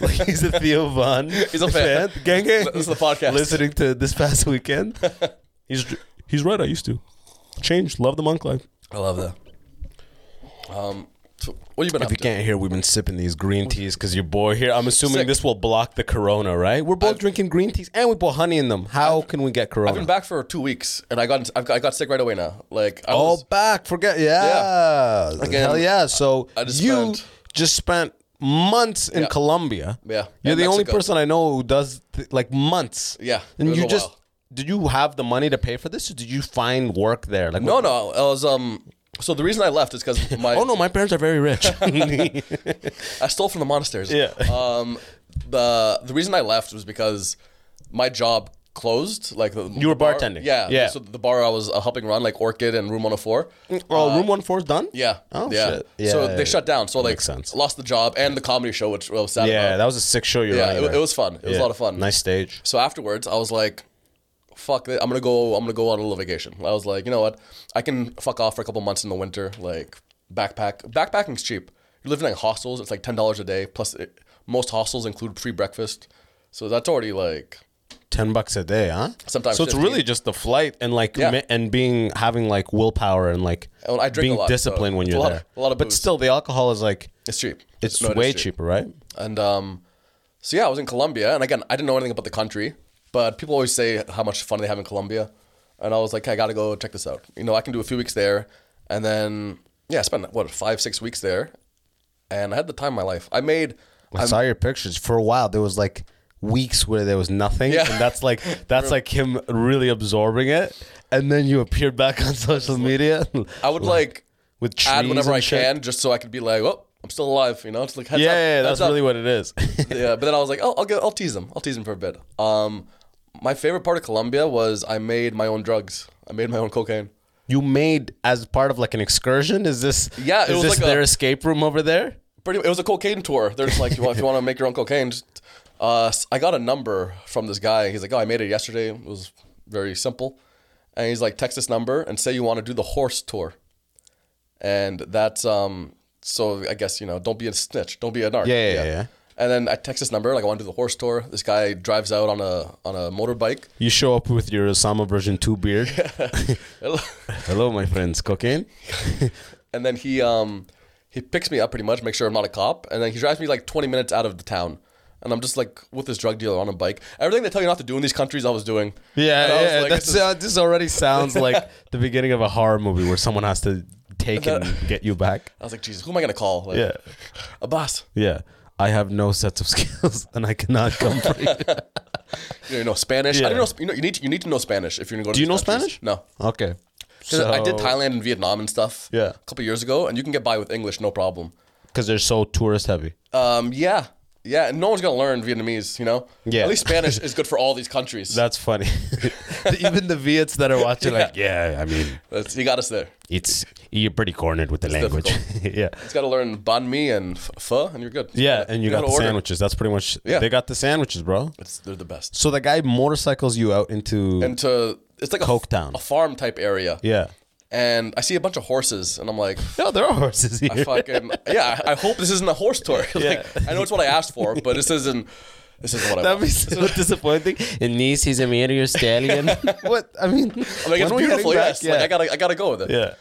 like he's a Theo Von. He's
a fan.
Gang gang.
This is the podcast.
Listening to this past weekend. he's he's right. I used to change. Love the monk life.
I love that. Um, so what you been
If
up
you
to?
can't hear, we've been sipping these green teas because your boy here. I'm assuming
Sick.
this will block the Corona, right? We're both drinking green teas and we put honey in them. How can we get Corona?
I've been back for two weeks, and I got I've got, I got sick right away now. Like I
All
was,
back. Forget. Yeah.
Again,
Hell yeah. So
I just
you
spent-
just spent months in
Yeah.
Colombia.
Yeah.
You're
And
the only
Mexico.
person I know who does th- like months.
Yeah. It
And
was
you
a
just
while.
did you have the money to pay for this or did you find work there? Like
no
what-
no I was um. So the reason I left is because my
Oh no, my parents are very rich.
Uh, I stole from the monasteries.
Yeah.
Um, the the reason I left was because my job closed. Like the,
You were
the bar-
bartending.
yeah,
Yeah.
So the bar I was uh, helping run, like Orchid and Room 104.
Well, Oh, room one four is done.
Yeah.
Oh
yeah.
shit. Yeah.
so they shut down. So like
makes sense.
lost the job and the comedy show, which I was sad
Yeah,
about.
that was a sick show. You're
yeah,
running
it,
there.
it was fun. It was a
Yeah.
lot of fun.
Nice stage.
So afterwards, I was like, "Fuck, it, I'm gonna go. I'm gonna go on a little vacation." I was like, "You know what? I can fuck off for a couple months in the winter. Like backpack. Backpacking's cheap. You're living in hostels. It's like ten dollars a day. Plus, it, most hostels include free breakfast. So that's already like
Ten bucks a day, huh?
Sometimes
So it's
15.
really just the flight and like
Yeah.
mi- and being having like willpower and like
Well, I drink a
being
lot, so
disciplined when
it's a
you're
lot
there.
of- a lot of
but
booze.
still, the alcohol is like
it's cheap.
it's
No, it is
way
cheap.
cheaper, right?
And um, so yeah, I was in Colombia, and again, I didn't know anything about the country, but people always say how much fun they have in Colombia, and I was like, I gotta go check this out. You know, I can do a few weeks there, and then yeah, I spent what five six weeks there, and I had the time of my life. I made.
I saw your pictures for a while. There was like weeks where there was nothing,
Yeah.
and that's like that's like him really absorbing it. And then you appeared back on social media.
I would like
with
add
trees
whenever
and
I
shit.
can, just so I could be like, oh, I'm still alive. You know, it's like heads
Yeah,
up,
yeah, yeah,
heads
that's
up.
really what it is.
yeah, but then I was like, oh, I'll go, I'll tease him. I'll tease him for a bit. Um, my favorite part of Colombia was I made my own drugs. I made my own cocaine.
you made as part of like an excursion. Is this
Yeah, it
Is
was
this
like a-
their escape room over there?
pretty. It was a cocaine tour. They're just like, you want, if you want to make your own cocaine, just, uh, s- I got a number from this guy. He's like, oh, I made it yesterday. It was very simple, and he's like, text this number and say you want to do the horse tour, and that's um. So I guess you know, don't be a snitch, don't be a narc.
Yeah, yeah, yeah.
And then I text this number, like I want to do the horse tour. This guy drives out on a on a motorbike.
You show up with your Osama version two beard. Hello, my friends. Cocaine.
and then he um he picks me up pretty much, makes sure I'm not a cop, and then he drives me like 20 minutes out of the town. And I'm just like with this drug dealer on a bike. Everything they tell you not to do in these countries, I was doing.
Yeah,
And I was
yeah.
like,
that's,
this is-
uh, this already sounds like the beginning of a horror movie where someone has to take and get you back.
I was like, Jesus, who am I gonna call? Like,
Yeah,
a boss.
yeah. I have no sets of skills and I cannot come for you.
You know, Spanish.
Yeah.
I don't know. sp- You know, you need to, you need to know Spanish if you're gonna go. to
Do you
these
know
countries.
Spanish?
No.
Okay.
'Cause I did
So-
Thailand and Vietnam and stuff.
Yeah.
A couple years ago, and you can get by with English, no problem.
because they're so tourist heavy.
Um, yeah, yeah. And no one's gonna learn Vietnamese, you know.
Yeah.
At least Spanish is good for all these countries.
That's funny. Even the Viets that are watching, like, yeah, I mean,
That's, he got us there.
it's you're pretty cornered with the language. yeah.
It's got to learn banh mi and f- pho, and you're good.
Yeah, and you, got
gotta
the
order.
sandwiches. That's pretty much.
Yeah.
They got the sandwiches, bro.
It's, they're the best.
So the guy motorcycles you out into.
And to it's like a
Coke Town.
a farm type area.
yeah.
And I see a bunch of horses, and I'm like,
No, there are horses here.
I fucking yeah. I I hope this isn't a horse tour. like,
Yeah.
I know it's what I asked for, but this isn't. This isn't what I
That'd
want.
be so disappointing. In Nice, he's a meteor stallion. what? I mean,
I'm like, it's
when are we getting
beautiful.
back?
Yes. Like I gotta, I gotta go with it.
Yeah.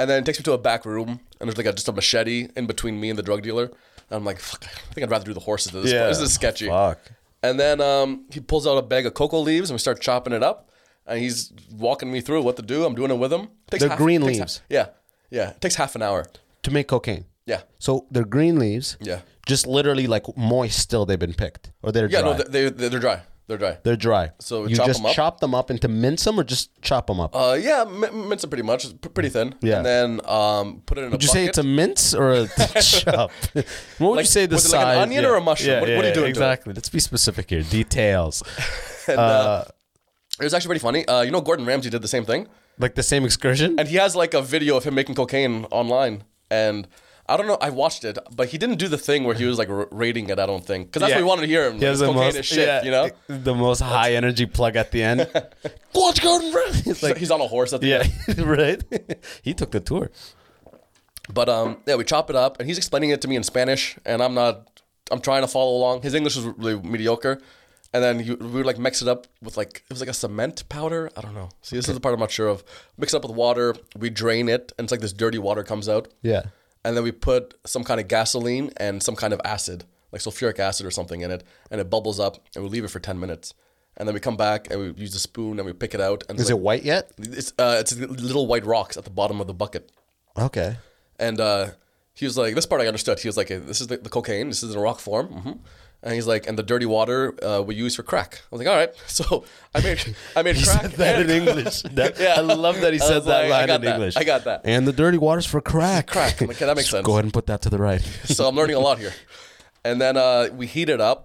And then it takes me to a back room, and there's like a, just a machete in between me and the drug dealer. And I'm like, fuck, I think I'd rather do the horses at this
Yeah.
point. This is sketchy.
Fuck.
And then um, he pulls out a bag of cocoa leaves, and we start chopping it up. And he's walking me through what to do. I'm doing it with him. Takes
They're green
takes ha-
leaves.
yeah, yeah. It takes half an hour.
to make cocaine.
Yeah.
So they're green leaves.
Yeah.
Just literally like moist still. They've been picked or they're
Yeah,
dry.
no, they, they they're dry. They're dry.
they're dry.
So
you
chop
just
'em up?
chop them up into mince them or just chop them up.
uh, yeah, m- mince it pretty much. It's p- pretty thin.
Yeah.
And then um, put it in a
would you
bucket.
say it's a mince or a chop? what would you
Like,
say the
was it like an
size?
onion or a mushroom? What- what are you doing to it?
Exactly. Let's be specific here. Details.
It was actually pretty funny. Uh, you know, Gordon Ramsay did the same thing.
like the same excursion.
and he has like a video of him making cocaine online and I don't know. I watched it, but he didn't do the thing where he was like r- rating it. I don't think because that's
Yeah.
what we wanted to hear. Him.
He
Like,
has the
cocaine
most,
is shit,
yeah,
you know.
the most high energy plug at the end. Watch Gordon Ramsay. It's
He's, like,
like,
he's on a horse at the
yeah,
end.
right. he took the tour.
But um, yeah, we chop it up, and he's explaining it to me in Spanish, and I'm not. I'm trying to follow along. His English was really mediocre, and then he, we would like mix it up with like it was like a cement powder. I don't know. See, this is the part I'm not sure of. Mix it up with water. We drain it, and it's like this dirty water comes out.
Yeah.
and then we put some kind of gasoline and some kind of acid, like sulfuric acid or something in it, and it bubbles up, and we leave it for ten minutes, and then we come back and we use a spoon and we pick it out. And
Is it white yet?
It's uh, it's little white rocks at the bottom of the bucket,
Okay.
and uh, he was like, "This part I understood." He was like, "This is the, the cocaine. This is in a rock form."
Mm-hmm.
hmm And he's like, "And the dirty water uh, we use for crack." I was like, "All right." So I made I made
He
crack.
said that in
and-
English. That-
Yeah.
I love that he
I
said
was
that
like, I
line
got
in
that.
English.
I got that.
And the dirty water's for crack.
Crack. I'm like, okay, that makes
Just
sense.
Go ahead and put that to the right.
so I'm learning a lot here. And then uh, we heat it up,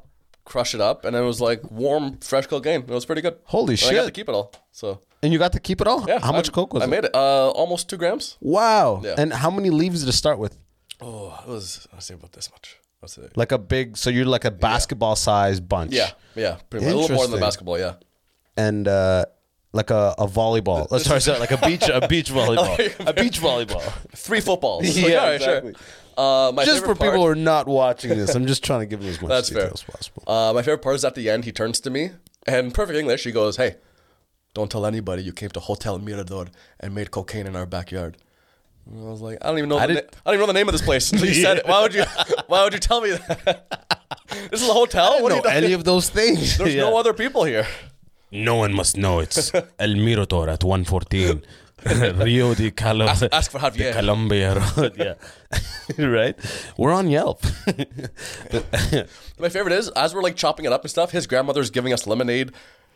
crush it up, and it was like warm, fresh cooked game. It was pretty good.
Holy
and I
shit.
got to keep it all. So
And you got to keep it all?
yeah,
How much
I,
coke was
I
it?
made it uh, almost two grams.
Wow.
Yeah.
And how many leaves to start with?
Oh, it was. I say about this much. I say
Like a big, so you're like a basketball sized bunch.
yeah, yeah, pretty much. a little more than
Interesting.
the basketball. Yeah,
And, uh, like a, a volleyball. Let's sorry, sorry, like a beach a beach volleyball. a beach volleyball.
three footballs. It's
Yeah,
all
exactly.
sure. Uh, my
Just for
favorite
people who
part-
are not watching this, I'm just trying to give you as much
That's
detail
fair.
as possible.
Uh, my favorite part is at the end, he turns to me, and in perfect English, he goes, Hey, don't tell anybody you came to Hotel Mirador and made cocaine in our backyard. And I was like, I don't even know. the na-
did-
I don't even know the name of this place. until you said it. Why would you? Why would you tell me that? this is a hotel. What
I
do you
don't know any of those things.
There's
Yeah.
no other people here.
No one must know it's El Mirador at 114. Rio de Calo-
Ask- ask for Javier.
de Colombia Road. Yeah.
right? We're on Yelp.
My favorite is as we're like chopping it up and stuff. His grandmother's giving us lemonade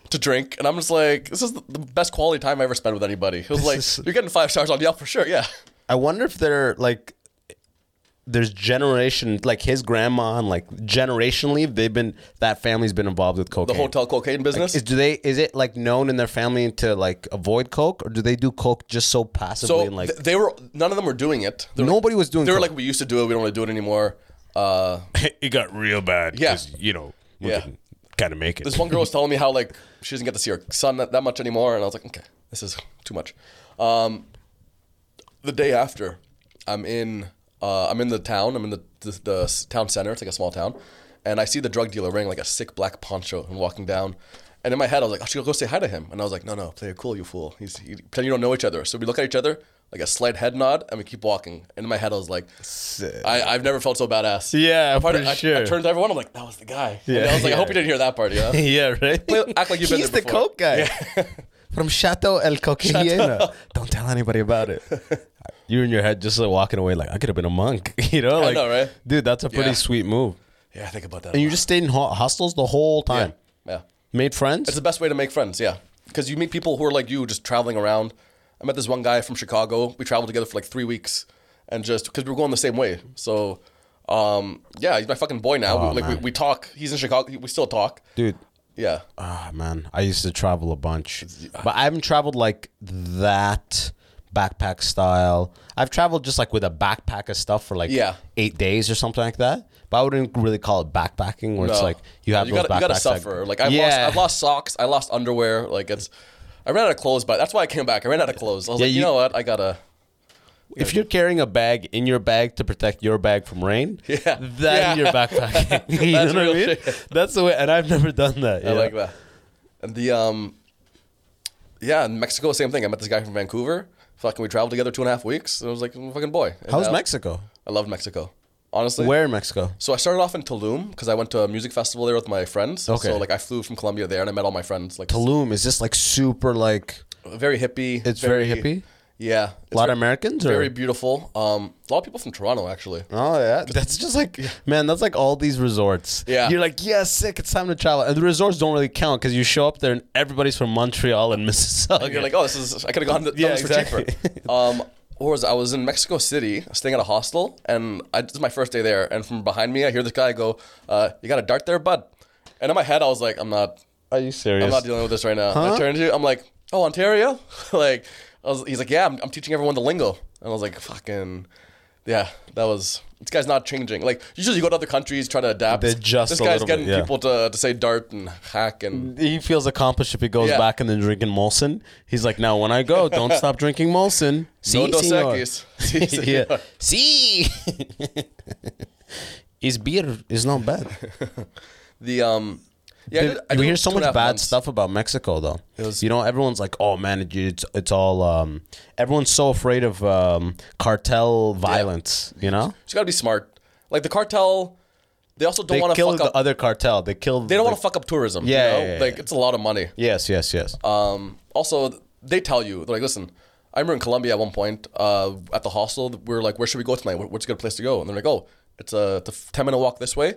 to drink, and I'm just like, this is the the best quality time I ever spent with anybody. It was like,
is-
you're getting five stars on Yelp for sure. Yeah.
I wonder if they're like there's generation like his grandma and like generationally they've been that family's been involved with
The
cocaine.
hotel cocaine business.
Is do they is it like known in their family to like avoid coke or do they do coke just so passively
So
and like
th- they were none of them were doing it. They were-
Nobody was doing
They were
coke.
like, we used to do it. We don't want to do it anymore. Uh,
it got real bad.
Yeah.
'cause, You know, we
Yeah.
can kind of make it.
this one girl was telling me how like she doesn't get to see her son that, that much anymore, and I was like, okay, this is too much. Um, the day after, I'm in uh, I'm in the town. I'm in the, the the s- town center. It's like a small town, and I see the drug dealer wearing like a sick black poncho and walking down. And in my head, I was like, I should go say hi to him. And I was like, no, no, play it cool, you fool. He's he, pretend you don't know each other. So we look at each other, like a slight head nod, and we keep walking. And in my head, I was like, I, I've never felt so badass.
Yeah,
I,
for
I, I
sure.
turned to everyone, I'm like, that was the guy. Yeah.
Yeah.
I was like, I hope
Yeah.
you didn't hear that part, yeah?
yeah, right?
Play- act like you've been
He's
there
the
before.
coke guy. From Chateau El Coquillena. Don't tell anybody about it. You're in your head just like walking away like I could have been a monk, you know? Like
know, right?
dude, that's a pretty
Yeah.
sweet move.
Yeah, I think about that.
And
a
you
lot.
just stayed in ho- hostels the whole time.
yeah,
Made friends?
it's the best way to make friends. Yeah, because you meet people who are like you, just traveling around. I met this one guy from Chicago. We traveled together for like three weeks, and just because we were going the same way. So, um, yeah, he's my fucking boy now. we, like we, we talk. He's in Chicago. We still talk.
Dude,
Yeah,
ah man, I used to travel a bunch.
uh,
But I haven't traveled like that backpack style. I've traveled just like with a backpack of stuff for like
Yeah.
8 days or something like that. But I wouldn't really call it backpacking where it's
No.
like you have
you
those
gotta, you gotta
backpacks that-
suffer. Like I've lost,
Yeah.
I've lost socks. I lost underwear. Like it's, I ran out of clothes, but that's why I came back. I ran out of clothes. I was
Yeah,
like, you,
you-
know what? I gotta.
If you're carrying a bag in your bag to protect your bag from rain,
Yeah.
then
Yeah.
you're backpacking. you
That's
know what I
real
mean?
shit.
That's the way, and I've never done that.
I like that. And the um, yeah, in Mexico, same thing. I met this guy from Vancouver. Fucking, we traveled together two and a half weeks. And I was like, I'm a fucking boy. And
How's
now-
Mexico?
I loved Mexico. Honestly,
Where in Mexico?
So I started off in Tulum because I went to a music festival there with my friends.
Okay.
So like I flew from Colombia there and I met all my friends. Like
Tulum is this like super like
very hippie.
It's very hippie?
Yeah. It's
a lot
ve-
of Americans or
Very beautiful. Um, a lot of people from Toronto actually.
Oh yeah, that's just like man, that's like all these resorts.
Yeah.
you're like yeah, sick. It's time to travel, and the resorts don't really count because you show up there and everybody's from Montreal and Mississauga.
And you're like, oh, this is I could have gone to
Yeah,
yeah, this for
exactly.
cheaper. Um, or was I was in Mexico City, staying at a hostel, and I, this is my first day there. And from behind me, I hear this guy go, uh, "You got a dart there, bud?" And in my head, I was like, "I'm not,
are you serious?
I'm not dealing with this right now." And I turned to, you, I'm like, "Oh, Ontario?" like, I was, he's like, "Yeah, I'm, I'm teaching everyone the lingo." And I was like, "Fucking, yeah, that was." This guy's not changing. Like usually, you go to other countries, try to adapt.
They just
this
a
guy's
little
getting
bit, yeah.
people to, to say dart and hack and
he feels accomplished if he goes
Yeah.
back and then drinking Molson. He's like, now when I go, don't stop drinking Molson. See,
No Dos
senor.
Equis. Si,
yeah.
senor.
See, his beer is not bad.
the um. Yeah, I
Dude,
did- I
we
did
hear so
two and
much
a half
bad
months.
stuff about Mexico, though.
was-
you know, everyone's like, "Oh man, it- it's it's all." Um, everyone's so afraid of um, cartel violence. You know,
So you gotta be smart. Like the cartel, they also don't
they
want to
killed
fuck
the
up.
other cartel. They killed.
they don't want to fuck up tourism. you
Yeah,
know?
yeah, yeah,
like
yeah.
it's a lot of money.
Yes, yes, yes.
Um, also, they tell you they're like, listen. I remember in Colombia at one point uh, at the hostel, we were like, where should we go tonight? What- What's a good place to go? And they're like, oh, it's a, it's a ten minute walk this way.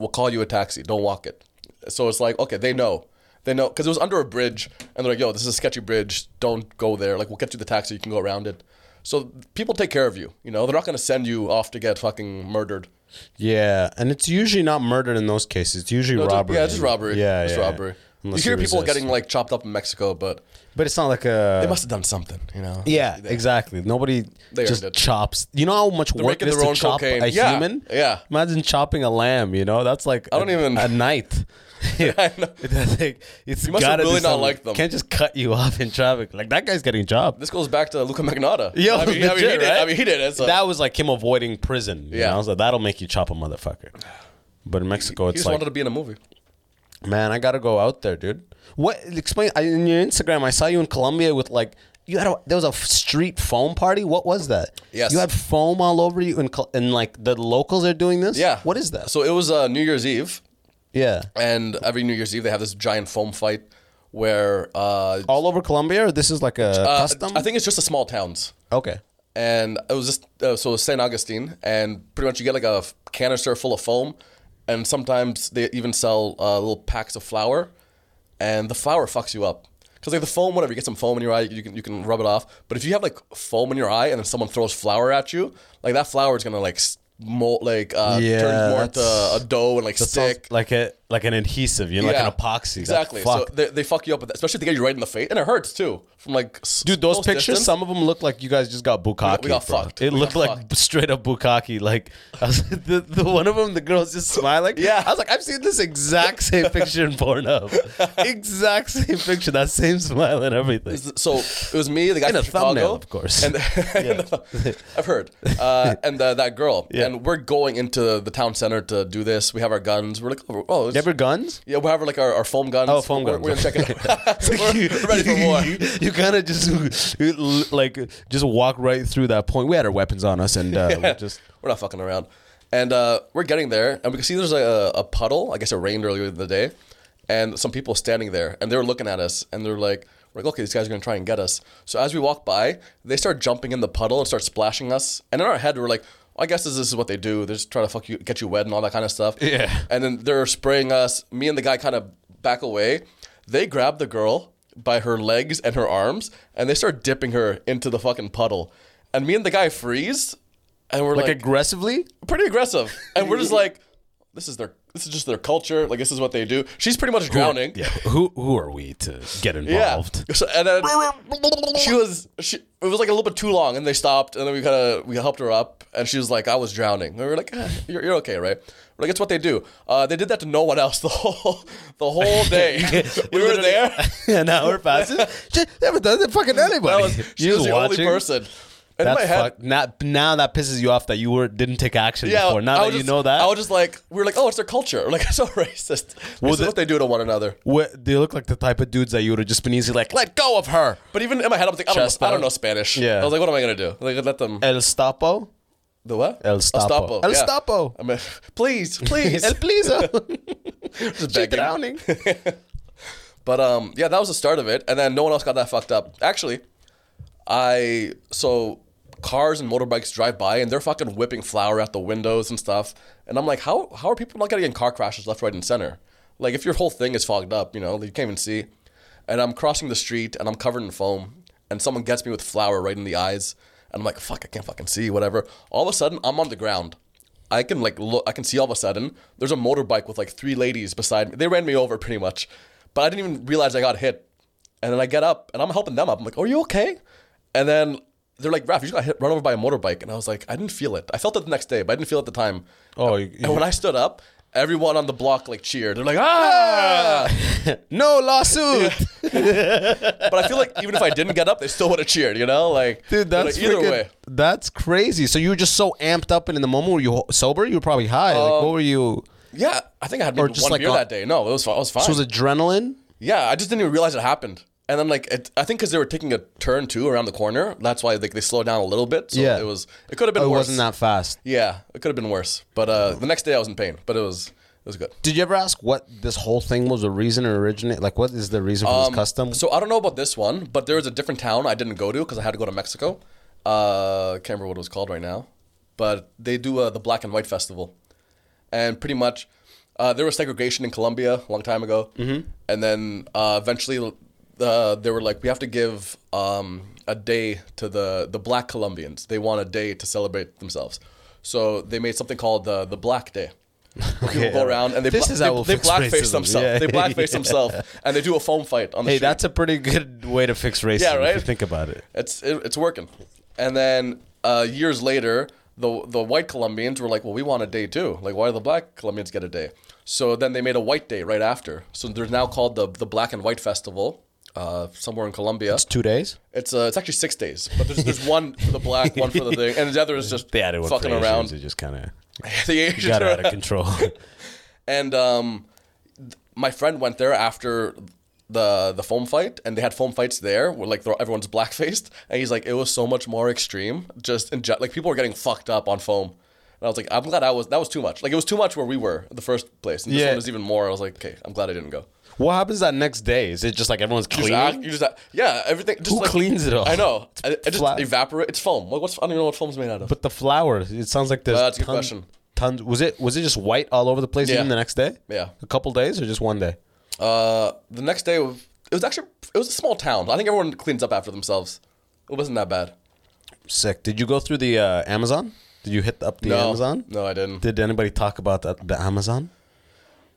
We'll call you a taxi. Don't walk it. So it's like, okay, they know. They know because it was under a bridge, and they're like, "Yo, this is a sketchy bridge. Don't go there. Like, we'll get you the taxi. You can go around it." So people take care of you. You know, they're not gonna send you off to get fucking murdered.
Yeah, and it's usually not murder in those cases. It's usually
No, Oh, just-
robbery.
Yeah, just robbery.
Yeah,
just
yeah, yeah.
robbery.
Unless
you hear people
resist.
getting like chopped up in Mexico, but
but it's not like
they
a.
must have done something, you know?
Yeah, exactly. Nobody
They
just
earned it.
chops. You know how much work
making
it is
their
to
own
chop
cocaine.
a
Yeah,
human?
yeah.
Imagine chopping a lamb. You know, that's like
I don't
a-
even-
a knife.
I know.
It's like- it's
You must have
gotta be
really not
something.
liked them.
Can't just cut you off in traffic. Like that guy's getting chopped.
This goes back to Luca Magnotta.
Yo,
I mean, I mean, he
legit,
did.
right?
I mean, he did. it, so-
that was like him avoiding prison. yeah,
Yeah.
I was like, that'll make you chop a motherfucker. But in Mexico,
he
it's
just
like,
wanted to be in a movie.
man, I gotta go out there, dude. What? Explain I, in your Instagram. I saw you in Colombia with like you had a, there was a f- street foam party. What was that?
Yes.
you had foam all over you, and Col- and like the locals are doing this.
Yeah.
what is that?
So it was uh, New Year's Eve,
yeah,
and every New Year's Eve they have this giant foam fight where uh,
all over Colombia. Or this is like a
uh,
Oh, custom.
I think it's just the small towns.
okay.
and it was just uh, so it was St. Augustine, and pretty much you get like a f- canister full of foam, and sometimes they even sell uh, little packs of flour, and the flour fucks you up. Cause like the foam, whatever, you get some foam in your eye, you can you can rub it off. But if you have like foam in your eye and then someone throws flour at you, like that flour is gonna like s- mold, like uh,
Yeah,
turn more into
that's-
a dough and like
That sounds
stick.
like a like an adhesive, you know,
Yeah.
like an epoxy. That
Exactly. So
fuck.
they, they fuck you up with that, especially if they get you right in the face, and it hurts too. From like s-
Dude, those
close
pictures,
distance.
some of them look like you guys just got bukkake.
we got
bro.
fucked.
It
We
looked
got
like
fucked.
straight up bukkake. Like I was, the, the one of them, the girls just smiling.
Yeah.
I was like, I've seen this exact same picture in Pornhub. exact same picture, that same smile and everything.
Is- So it was me, the guy
In
from
a
Chicago,
thumbnail, of course.
And, I've heard, uh, and uh, that girl,
Yeah.
and we're going into the town center to do this. We have our guns. We're like, oh, oh it's-
You ever guns?
yeah, we have like our, our foam guns.
Oh, foam
we're,
guns.
We're gonna check it out. we're, we're ready for war.
You, you kind of just you l- like just walk right through that point. We had our weapons on us, and uh, we just
We're not fucking around. And uh, we're getting there, and we can see there's a, a puddle. I guess it rained earlier in the day, and some people standing there, and they were looking at us, and they're like, "We're like, okay, these guys are gonna try and get us." So as we walk by, they start jumping in the puddle and start splashing us, and in our head we're like. I guess this is what they do. They're just trying to fuck you, get you wet, and all that kind of stuff.
Yeah.
And then they're spraying us. Me and the guy kind of back away. They grab the girl by her legs and her arms, and they start dipping her into the fucking puddle. And me and the guy freeze, and we're
like,
like,
aggressively.
pretty aggressive. And we're just like, this is their this is just their culture. Like this is what they do. She's pretty much drowning.
Yeah, who who are we to get
Yeah.
involved?
So- and then she was she it was like a little bit too long and they stopped and then we kind of we helped her up and she was like I was drowning. And we were like "Ah, you're, you're okay, right? We're like it's what they do. Uh, they did that to no one else the whole the whole day. we were there.
an hour passes. She never does it fucking
That
anybody.
was, she
You
was the
watching?
only person. And
That's
in my head,
fuck. Not, now that pisses you off that you were didn't take action
Yeah,
before. Now
I
that
was
you
just-
know that,
I was just like, we were like, oh, it's their culture. We're like, it's so racist. This is
the-
what they do to one another.
What- they look like the type of dudes that you would have just been easy like let go of her.
But even in my head, I'm like, I don't,
Chest
know, I don't
out.
know Spanish.
Yeah.
I was like, what am I gonna do? Like, let them.
El Stapo,
the what?
El Stapo. El
yeah.
Stapo.
I mean, please, please.
El Pliso,
Just
She
begging.
drowning.
But um, yeah, that was the start of it, and then no one else got that fucked up. Actually, I so cars and motorbikes drive by and they're fucking whipping flour out the windows and stuff, and I'm like, how how are people not getting in car crashes left, right, and center? Like if your whole thing is fogged up, you know, you can't even see. And I'm crossing the street and I'm covered in foam, and someone gets me with flour right in the eyes, and I'm like, fuck, I can't fucking see, whatever. All of a sudden, I'm on the ground. I can like look, I can see all of a sudden. There's a motorbike with like three ladies beside me. They ran me over pretty much, but I didn't even realize I got hit. And then I get up and I'm helping them up. I'm like, "Are you okay?" And then they're like, "Raph, you just got hit, run over by a motorbike." And I was like, "I didn't feel it. I felt it the next day, but I didn't feel it at the time."
Oh, you-
and when I stood up, everyone on the block like cheered. They're like, "Ah!"
no lawsuit,
but I feel like even if I didn't get up, they still would have cheered. You know, like
dude.
but
That's
like, either
freaking-
way.
That's crazy. So you were just so amped up, and in the moment were you ho- sober? You were probably high.
Um,
like what were you?
Yeah, I think I had maybe
just
one
like
beer
on-
that day. No, it was fi- I was fine.
So it was adrenaline.
Yeah, I just didn't even realize it happened. And then like it, I think because they were taking a turn too around the corner, that's why like they slowed down a little bit. So
Yeah.
it was it could have been
Oh, it
worse.
wasn't that fast.
Yeah, it could have been worse. But uh, the next day I was in pain, but it was it was good.
Did you ever ask what this whole thing was the reason it originated? Like, what is the reason for this custom?
So I don't know about this one, but there was a different town I didn't go to because I had to go to Mexico. Uh, can't remember what it was called right now, but they do uh, the Black and White Festival, and pretty much uh, there was segregation in Colombia a long time ago, mm-hmm. and then uh, eventually uh, they were like, we have to give um, a day to the the Black Colombians. They want a day to celebrate themselves. So they made something called the the Black Day. Where People go around and they
This
bla-
is
they,
how we'll
they
fix
blackface
racism.
themselves.
Yeah.
They blackface themselves and they do a foam fight on the
Hey,
street.
that's a pretty good way to fix racism. If
Yeah,
you
right?
think about it.
It's it, it's working. And then uh, years later, the the white Colombians were like, "Well, we want a day too. Like, why do the black Colombians get a day?" So then they made a white day right after. So they're now called the the Black and White Festival. Uh, somewhere in Colombia, it's,
Two days.
uh, it's actually six days, but there's, there's one for the black, one for the thing, and the other is just
They added one
fucking
for Asians.
around.
It just kind of
the Asians
got
are-
out of control.
and um, th- my friend went there after the the foam fight, and they had foam fights there where like they're- everyone's black faced, and he's like, it was so much more extreme. Just in, ge- like people were getting fucked up on foam, and I was like, I'm glad I was that was too much. Like it was too much where we were the first place, and this
Yeah.
one is even more. I was like, okay, I'm glad I didn't go.
What happens that next day? Is it just like everyone's
You
clean?
just act- you just act- yeah, everything. Just
Who
like-
cleans it all?
I know. I, it just
flat.
evaporate. It's foam. Like, what's I don't even know what foam's made out of.
But the flowers, it sounds like there's
Uh, that's a good
ton-
question.
tons. Was it was it just white all over the place
Yeah.
even the next day?
Yeah.
a couple days or just one day.
Uh, the next day, was- it was actually it was a small town. I think everyone cleans up after themselves. It wasn't that bad.
Sick. Did you go through the uh, Amazon? Did you hit up the
No.
Amazon?
No, I didn't.
Did anybody talk about the, the Amazon?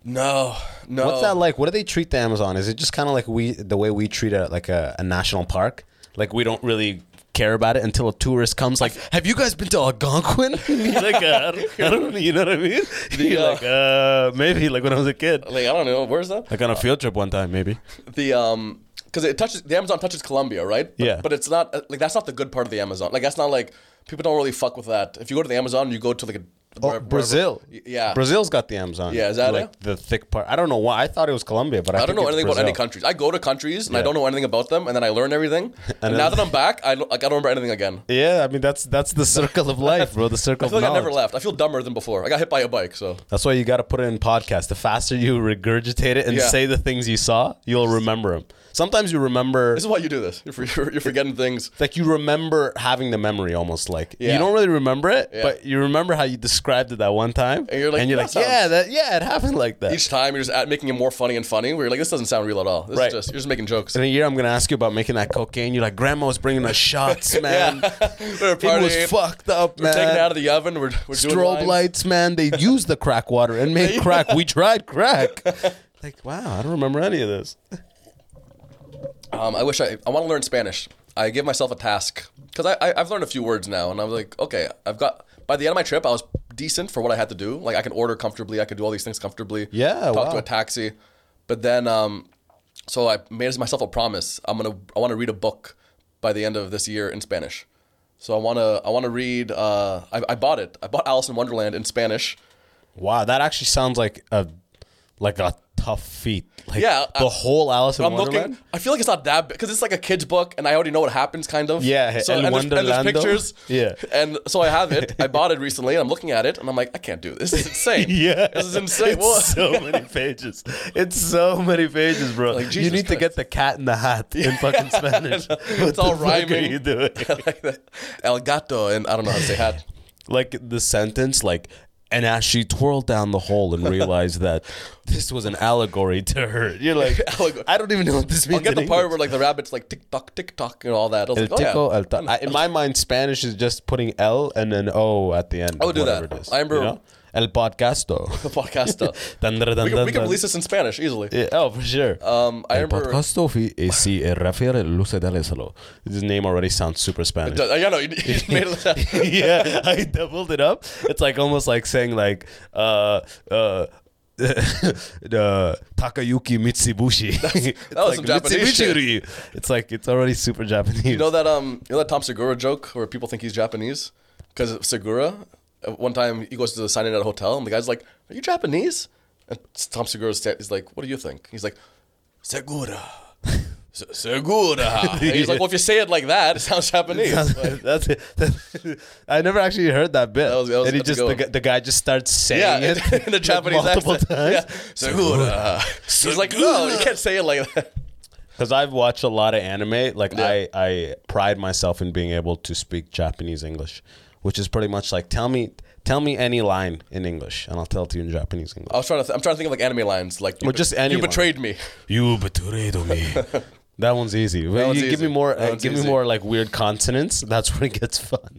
No, no.
What's that like? What do they treat the Amazon? Is it just kind of like we the way we treat a like a, a national park? Like we don't really care about it until a tourist comes. Like, have you guys been to Algonquin? You're like, uh, I don't- I don't, you know what I mean? You're
uh,
like, uh, maybe like when I was a kid,
Like I don't know. Where's that?
like on a field trip one time, maybe.
The um, because it touches the Amazon touches Colombia, right? But,
Yeah.
But it's not uh, like that's not the good part of the Amazon. Like that's not like people don't really fuck with that. If you go to the Amazon, you go to like a
Oh,
where-
Brazil.
wherever- Yeah.
Brazil's got the Amazon.
Yeah, is that
like
it?
the thick part? I don't know why. I thought it was Colombia, but I,
I don't
think
know
it's
anything about
Brazil.
any countries. I go to countries and I
Yeah.
don't know anything about them, and then I learn everything. and now that I'm back, I don't, like I don't remember anything again.
Yeah, I mean that's that's the circle of life, bro. The circle
I feel
of
like I
knowledge.
never left. I feel dumber than before. I got hit by a bike, so
That's why you got to put it in podcast. The faster you regurgitate it and
Yeah.
say the things you saw, you'll remember them. Sometimes you remember,
this is why you do this. You're, for, you're, you're forgetting things.
like you remember having the memory almost like you
Yeah.
don't really remember it,
Yeah.
but you remember how you described it that one time,
And you're like, that sounds-
yeah, that, yeah, it happened like that.
Each time you're just at, making it more funny and funny. Where you're like, this doesn't sound real at all. This
Right.
is just you're just making jokes.
in a year, I'm gonna ask you about making that cocaine. You're like, Grandma was bringing us shots, man.
We're
It was
partying.
fucked up,
We're
man.
taking it out of the oven. We're, we're doing
strobe
lines.
lights, man. They used the crack water and made crack. We tried crack. like, wow, I don't remember any of this.
Um, I wish I I want to learn Spanish. I give myself a task because I, I I've learned a few words now, and I was like, okay, I've got. By the end of my trip, I was decent for what I had to do. Like I can order comfortably. I can do all these things comfortably.
Yeah,
talk
wow.
to a taxi, but then um, so I made myself a promise. I'm gonna I want to read a book by the end of this year in Spanish. So I wanna I wanna read. Uh, I, I bought it. I bought Alice in Wonderland in Spanish.
Wow, that actually sounds like a like a tough feat. Like
Yeah,
the
I-
whole Alice in
I'm
Wonderland.
looking. I feel like it's not that because it's like a kid's book, and I already know what happens, kind of.
Yeah, El
and, there's, and there's
Wonderlando.
pictures.
Yeah.
and so I have it. I bought it recently, and I'm looking at it, and I'm like, I can't do this. This is insane.
Yeah,
this is insane.
It's
What?
so many pages. It's so many pages, bro.
Like,
you
Jesus
need to get
Christ.
the cat in the hat in fucking Spanish.
It's all rhyming.
you doing?
I like that. El gato, and I don't know how to say hat.
like the sentence, like, and as she twirled down the hole and realized that this was an allegory to her. You're like,
Allegory.
I don't even know what this means.
I'll get
in
the part
English.
where like the rabbit's like tick tock, tick tock, and all that. I was
El
like,
tico,
oh, yeah.
el ta- I- in my mind, Spanish is just putting L and then O at the end.
I would
of
Oh, do
whatever
that.
It is,
I remember-
you know? El podcasto.
the podcasta.
Dun, dun, dun,
we, can,
dun,
we can
dun.
release this in Spanish easily.
Yeah, oh, for sure.
Um, I remember.
Podcasto fi
eh,
e si e Rafael Luce Dale Salo.
His name already sounds super Spanish.
Uh, yeah, no, you, you just made it.
yeah, I doubled it up. It's like almost like saying like uh uh the Takayuki Mitsubishi. that
was some Japanese shit.
It's like it's already super Japanese.
You know that um, you know that Tom Segura joke where people think he's Japanese because Segura. uh, One time he goes to sign in at a hotel and the guy's like, "Are you Japanese?" And Tom Segura is like, "What do you think?" He's like, "Segura." Se- Segura. And he's like, well, if you say it like that, it sounds Japanese. But-
that's it. I never actually heard that bit.
That was- that was-
and he
that's a
just
good
the,
one.
gu- the guy just starts saying
yeah, in,
it
the
like,
Japanese
multiple
accent.
times.
Yeah. Segura. He's like, no, you can't say it like that.
Because I've watched a lot of anime. Like
Yeah.
I, I pride myself in being able to speak Japanese English, which is pretty much like tell me tell me any line in English and I'll tell it to you in Japanese English.
I was trying to. Th- I'm trying to think of like anime lines, like you,
Or just any
you
line.
betrayed me.
You betrayed me.
that one's easy. you
one's
give
easy.
me more
That
uh,
one's
give me
easy.
more like weird consonants. That's when it gets fun.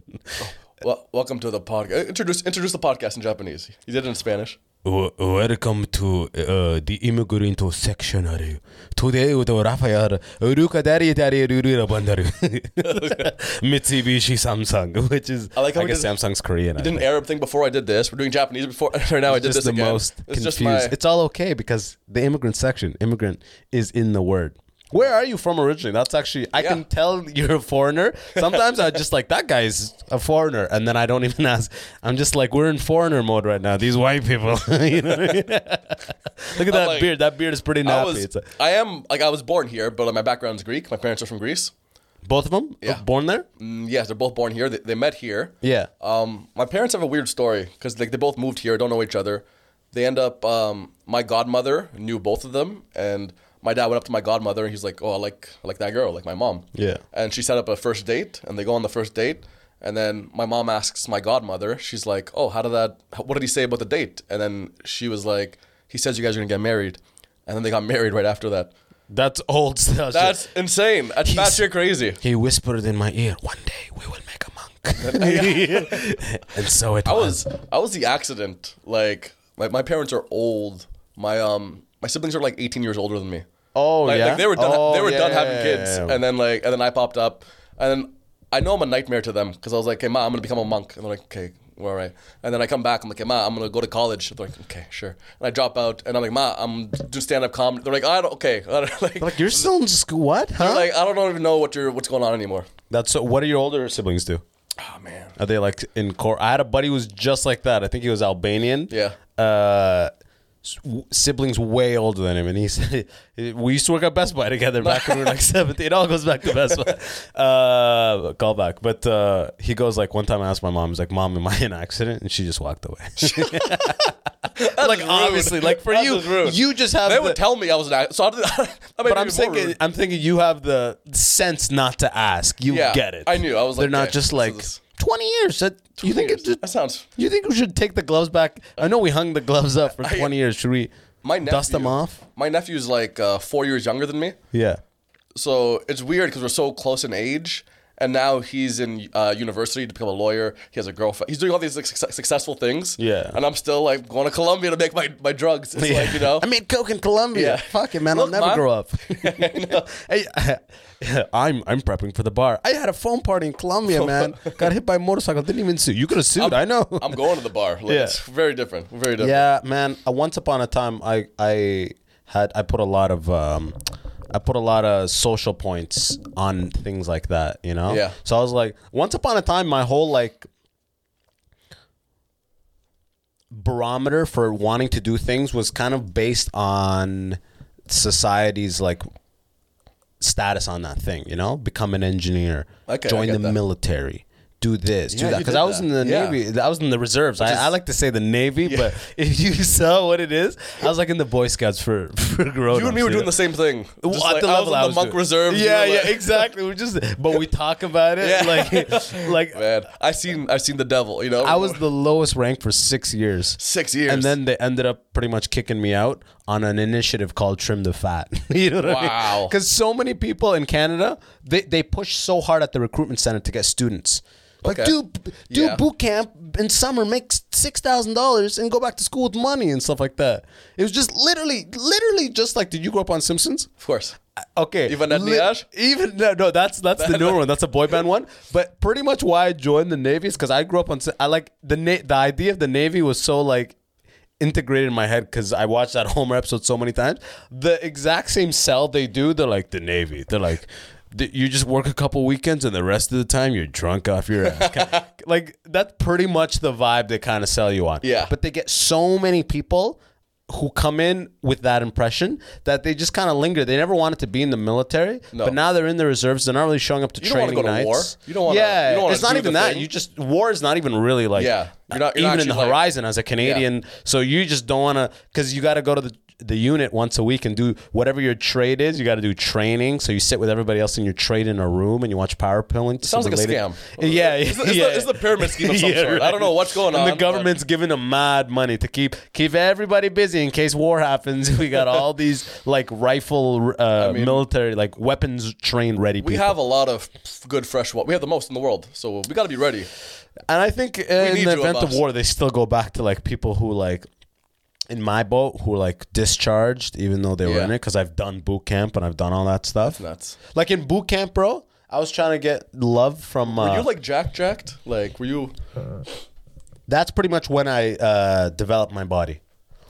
Well, welcome to the podcast. Introduce introduce the podcast in Japanese. You did it in Spanish.
W- welcome to uh, the immigrant sectionary. Today with Rafael Rukadari Dari Rurira Bandari Mitsubishi Samsung, which is
I like how
I
we
guess
did-
Samsung's Korean. I
You did an
think.
Arab thing before I did this. We're doing Japanese before. Right now I did
It's just
this
the
again.
most
It's just
confused.
my-
It's
It's all okay because the immigrant section, immigrant, is in the word. Where are you from originally? That's actually I
Yeah.
can tell you're a foreigner. Sometimes I just like that guy's a foreigner, and then I don't even ask. I'm just like we're in foreigner mode right now. These white people. you know what I mean? Look at that
like-
beard. That beard is pretty
I
nappy.
was.
It's a-
I am like I was born here, but like, my background's Greek. My parents are from Greece.
both of them
Yeah.
born there.
Mm, yes, they're both born here. They, they met here.
Yeah.
Um, my parents have a weird story because like they both moved here, don't know each other. They end up. Um, my godmother knew both of them, and my dad went up to my godmother and he's like, "Oh, I like I like that girl, like my mom."
Yeah.
And she set up a first date, and they go on the first date, and then my mom asks my godmother, she's like, "Oh, how did that? What did he say about the date?" And then she was like, "He says you guys are gonna get married," and then they got married right after that.
That's old stuff.
That's insane. That's
He's-
that's shit crazy.
He whispered in my ear, "One day we will make a monk," and so it
I
was.
was I was the accident. Like my, my parents are old. My um my siblings are like 18 years older than me.
Oh
like,
yeah.
like, they were done
Oh,
they were done
yeah.
having kids and then like and then I popped up and then I know I'm a nightmare to them cuz I was like, "Hey, ma, I'm going to become a monk." And they're like, "Okay, we're all right." And then I come back, I'm like, "Hey, ma, I'm going to go to college." They're like, "Okay, sure." And I drop out and I'm like, "Ma, I'm doing stand-up comedy." They're like, "I don't okay." I don't, like,
Like you're still in school. What? Huh?
like I don't even know what you're what's going on anymore.
That's so, what do your older siblings do?
Oh man.
Are they like in court? I had a buddy who was just like that. I think he was Albanian.
Yeah.
Uh, s- w- siblings way older than him, and he said we used to work at Best Buy together back when we were like seventeen. It all goes back to Best Buy. Uh, call back, but uh, he goes like one time I asked my mom, he's like, "Mom, am I in an accident?" And she just walked away. like obviously, like for
That
you,
was rude.
you just have
They
the,
would tell me I was an act- so I did, I made
but
it
I'm
even more
thinking,
rude.
I'm thinking you have the sense not to ask. You
Yeah,
get it.
I knew. I was
they're
like,
not
okay,
just
so
like
this-
twenty years. That you think
years.
it,
That sounds-
You think we should take the gloves back? I know we hung the gloves up for
I-
twenty years. Should we
my nephew,
dust them off?
My nephew's like uh, four years younger than me,
Yeah.
so it's weird because we're so close in age. And now he's in uh, university to become a lawyer. He has a girlfriend. He's doing all these like, success successful things.
Yeah.
And I'm still like going to Colombia to make my, my drugs. It's like you know.
I made coke in Colombia.
Yeah.
Fuck it, man.
Look,
I'll never
Mom.
grow up. hey, I'm I'm prepping for the bar. I had a phone party in Colombia, man. Got hit by a motorcycle. Didn't even sue. You could have sued. i know.
I'm going to the bar. Like,
Yeah.
It's very different. Very different.
Yeah, man. Uh, once upon a time, I I had I put a lot of um, I put a lot of social points on things like that. You know.
Yeah.
So I was like, once upon a time, my whole like barometer for wanting to do things was kind of based on society's like status on that thing. You know, become an engineer,
Okay, I
join
get
the
that.
military. Do this, do
Yeah,
that.
you
Because
did
I was
that.
in the
Yeah.
navy, I was in the reserves. I, I like to say the Navy, but if you saw what it is, I was like in the Boy Scouts for for grown
You and me were doing the same thing. Just, like, I was in the monk reserve.
Yeah, yeah, exactly. We're just, but we talk about it
Yeah.
like, like
Man, I seen I seen the devil. You know.
I was the lowest rank for six years.
six years.
And then they ended up pretty much kicking me out on an initiative called Trim the Fat. you know what I
Wow.
mean? Because so many people in Canada, they, they push so hard at the recruitment center to get students. Like,
Okay.
do, do
Yeah.
boot camp in summer, make $6,000 and go back to school with money and stuff like that. It was just literally, literally just like, did you grow up on Simpsons?
of course.
Okay.
Even at Niaj?
Even no, no. That's that's the newer one. That's a boy band one. But pretty much why I joined the Navy is because I grew up on. I like the na- the idea of the Navy was so like integrated in my head because I watched that Homer episode so many times. The exact same cell they do. They're like the Navy. They're like. "Th- You just work a couple weekends and the rest of the time you're drunk off your ass. like that's pretty much the vibe they kind of sell you on.
Yeah.
But they get so many people who come in with that impression that they just kind of linger. They never wanted to be in the military,
No.
but now they're in the reserves. They're not really showing up to
You don't wanna
training
go to
nights.
war. You don't wanna-
yeah,
you don't wanna
it's not
do
even
the
that.
thing.
You just war is not even really like
Yeah. You're not- you're
even in
not actually
the
like-
horizon as a Canadian. So you just don't want to because you got to go to the the unit once a week and do whatever your trade is. You got to do training, so you sit with everybody else in your trade in a room and you watch power pilling.
Sounds like a scam.
Yeah,
It's the- it's the-
yeah.
it's the pyramid scheme of some
Yeah,
sort. I don't know what's going
And
on,
the
but-
government's giving them mad money to keep keep everybody busy in case war happens. We got all these like rifle, uh,
mean-
military, like weapons trained ready.
We
people.
have a lot of good fresh water. We have the most in the world, so we got to be ready.
And I think uh, in
need
the
you
event
above
of
us.
war, they still go back to like people who like in my boat who were like discharged, even though they were
Yeah.
in it. Because I've done boot camp and I've done all that stuff.
nuts.
Like in boot camp, bro, I was trying to get love from. Uh,
Were you like jack jacked? Like were you?
that's pretty much when I uh, developed my body.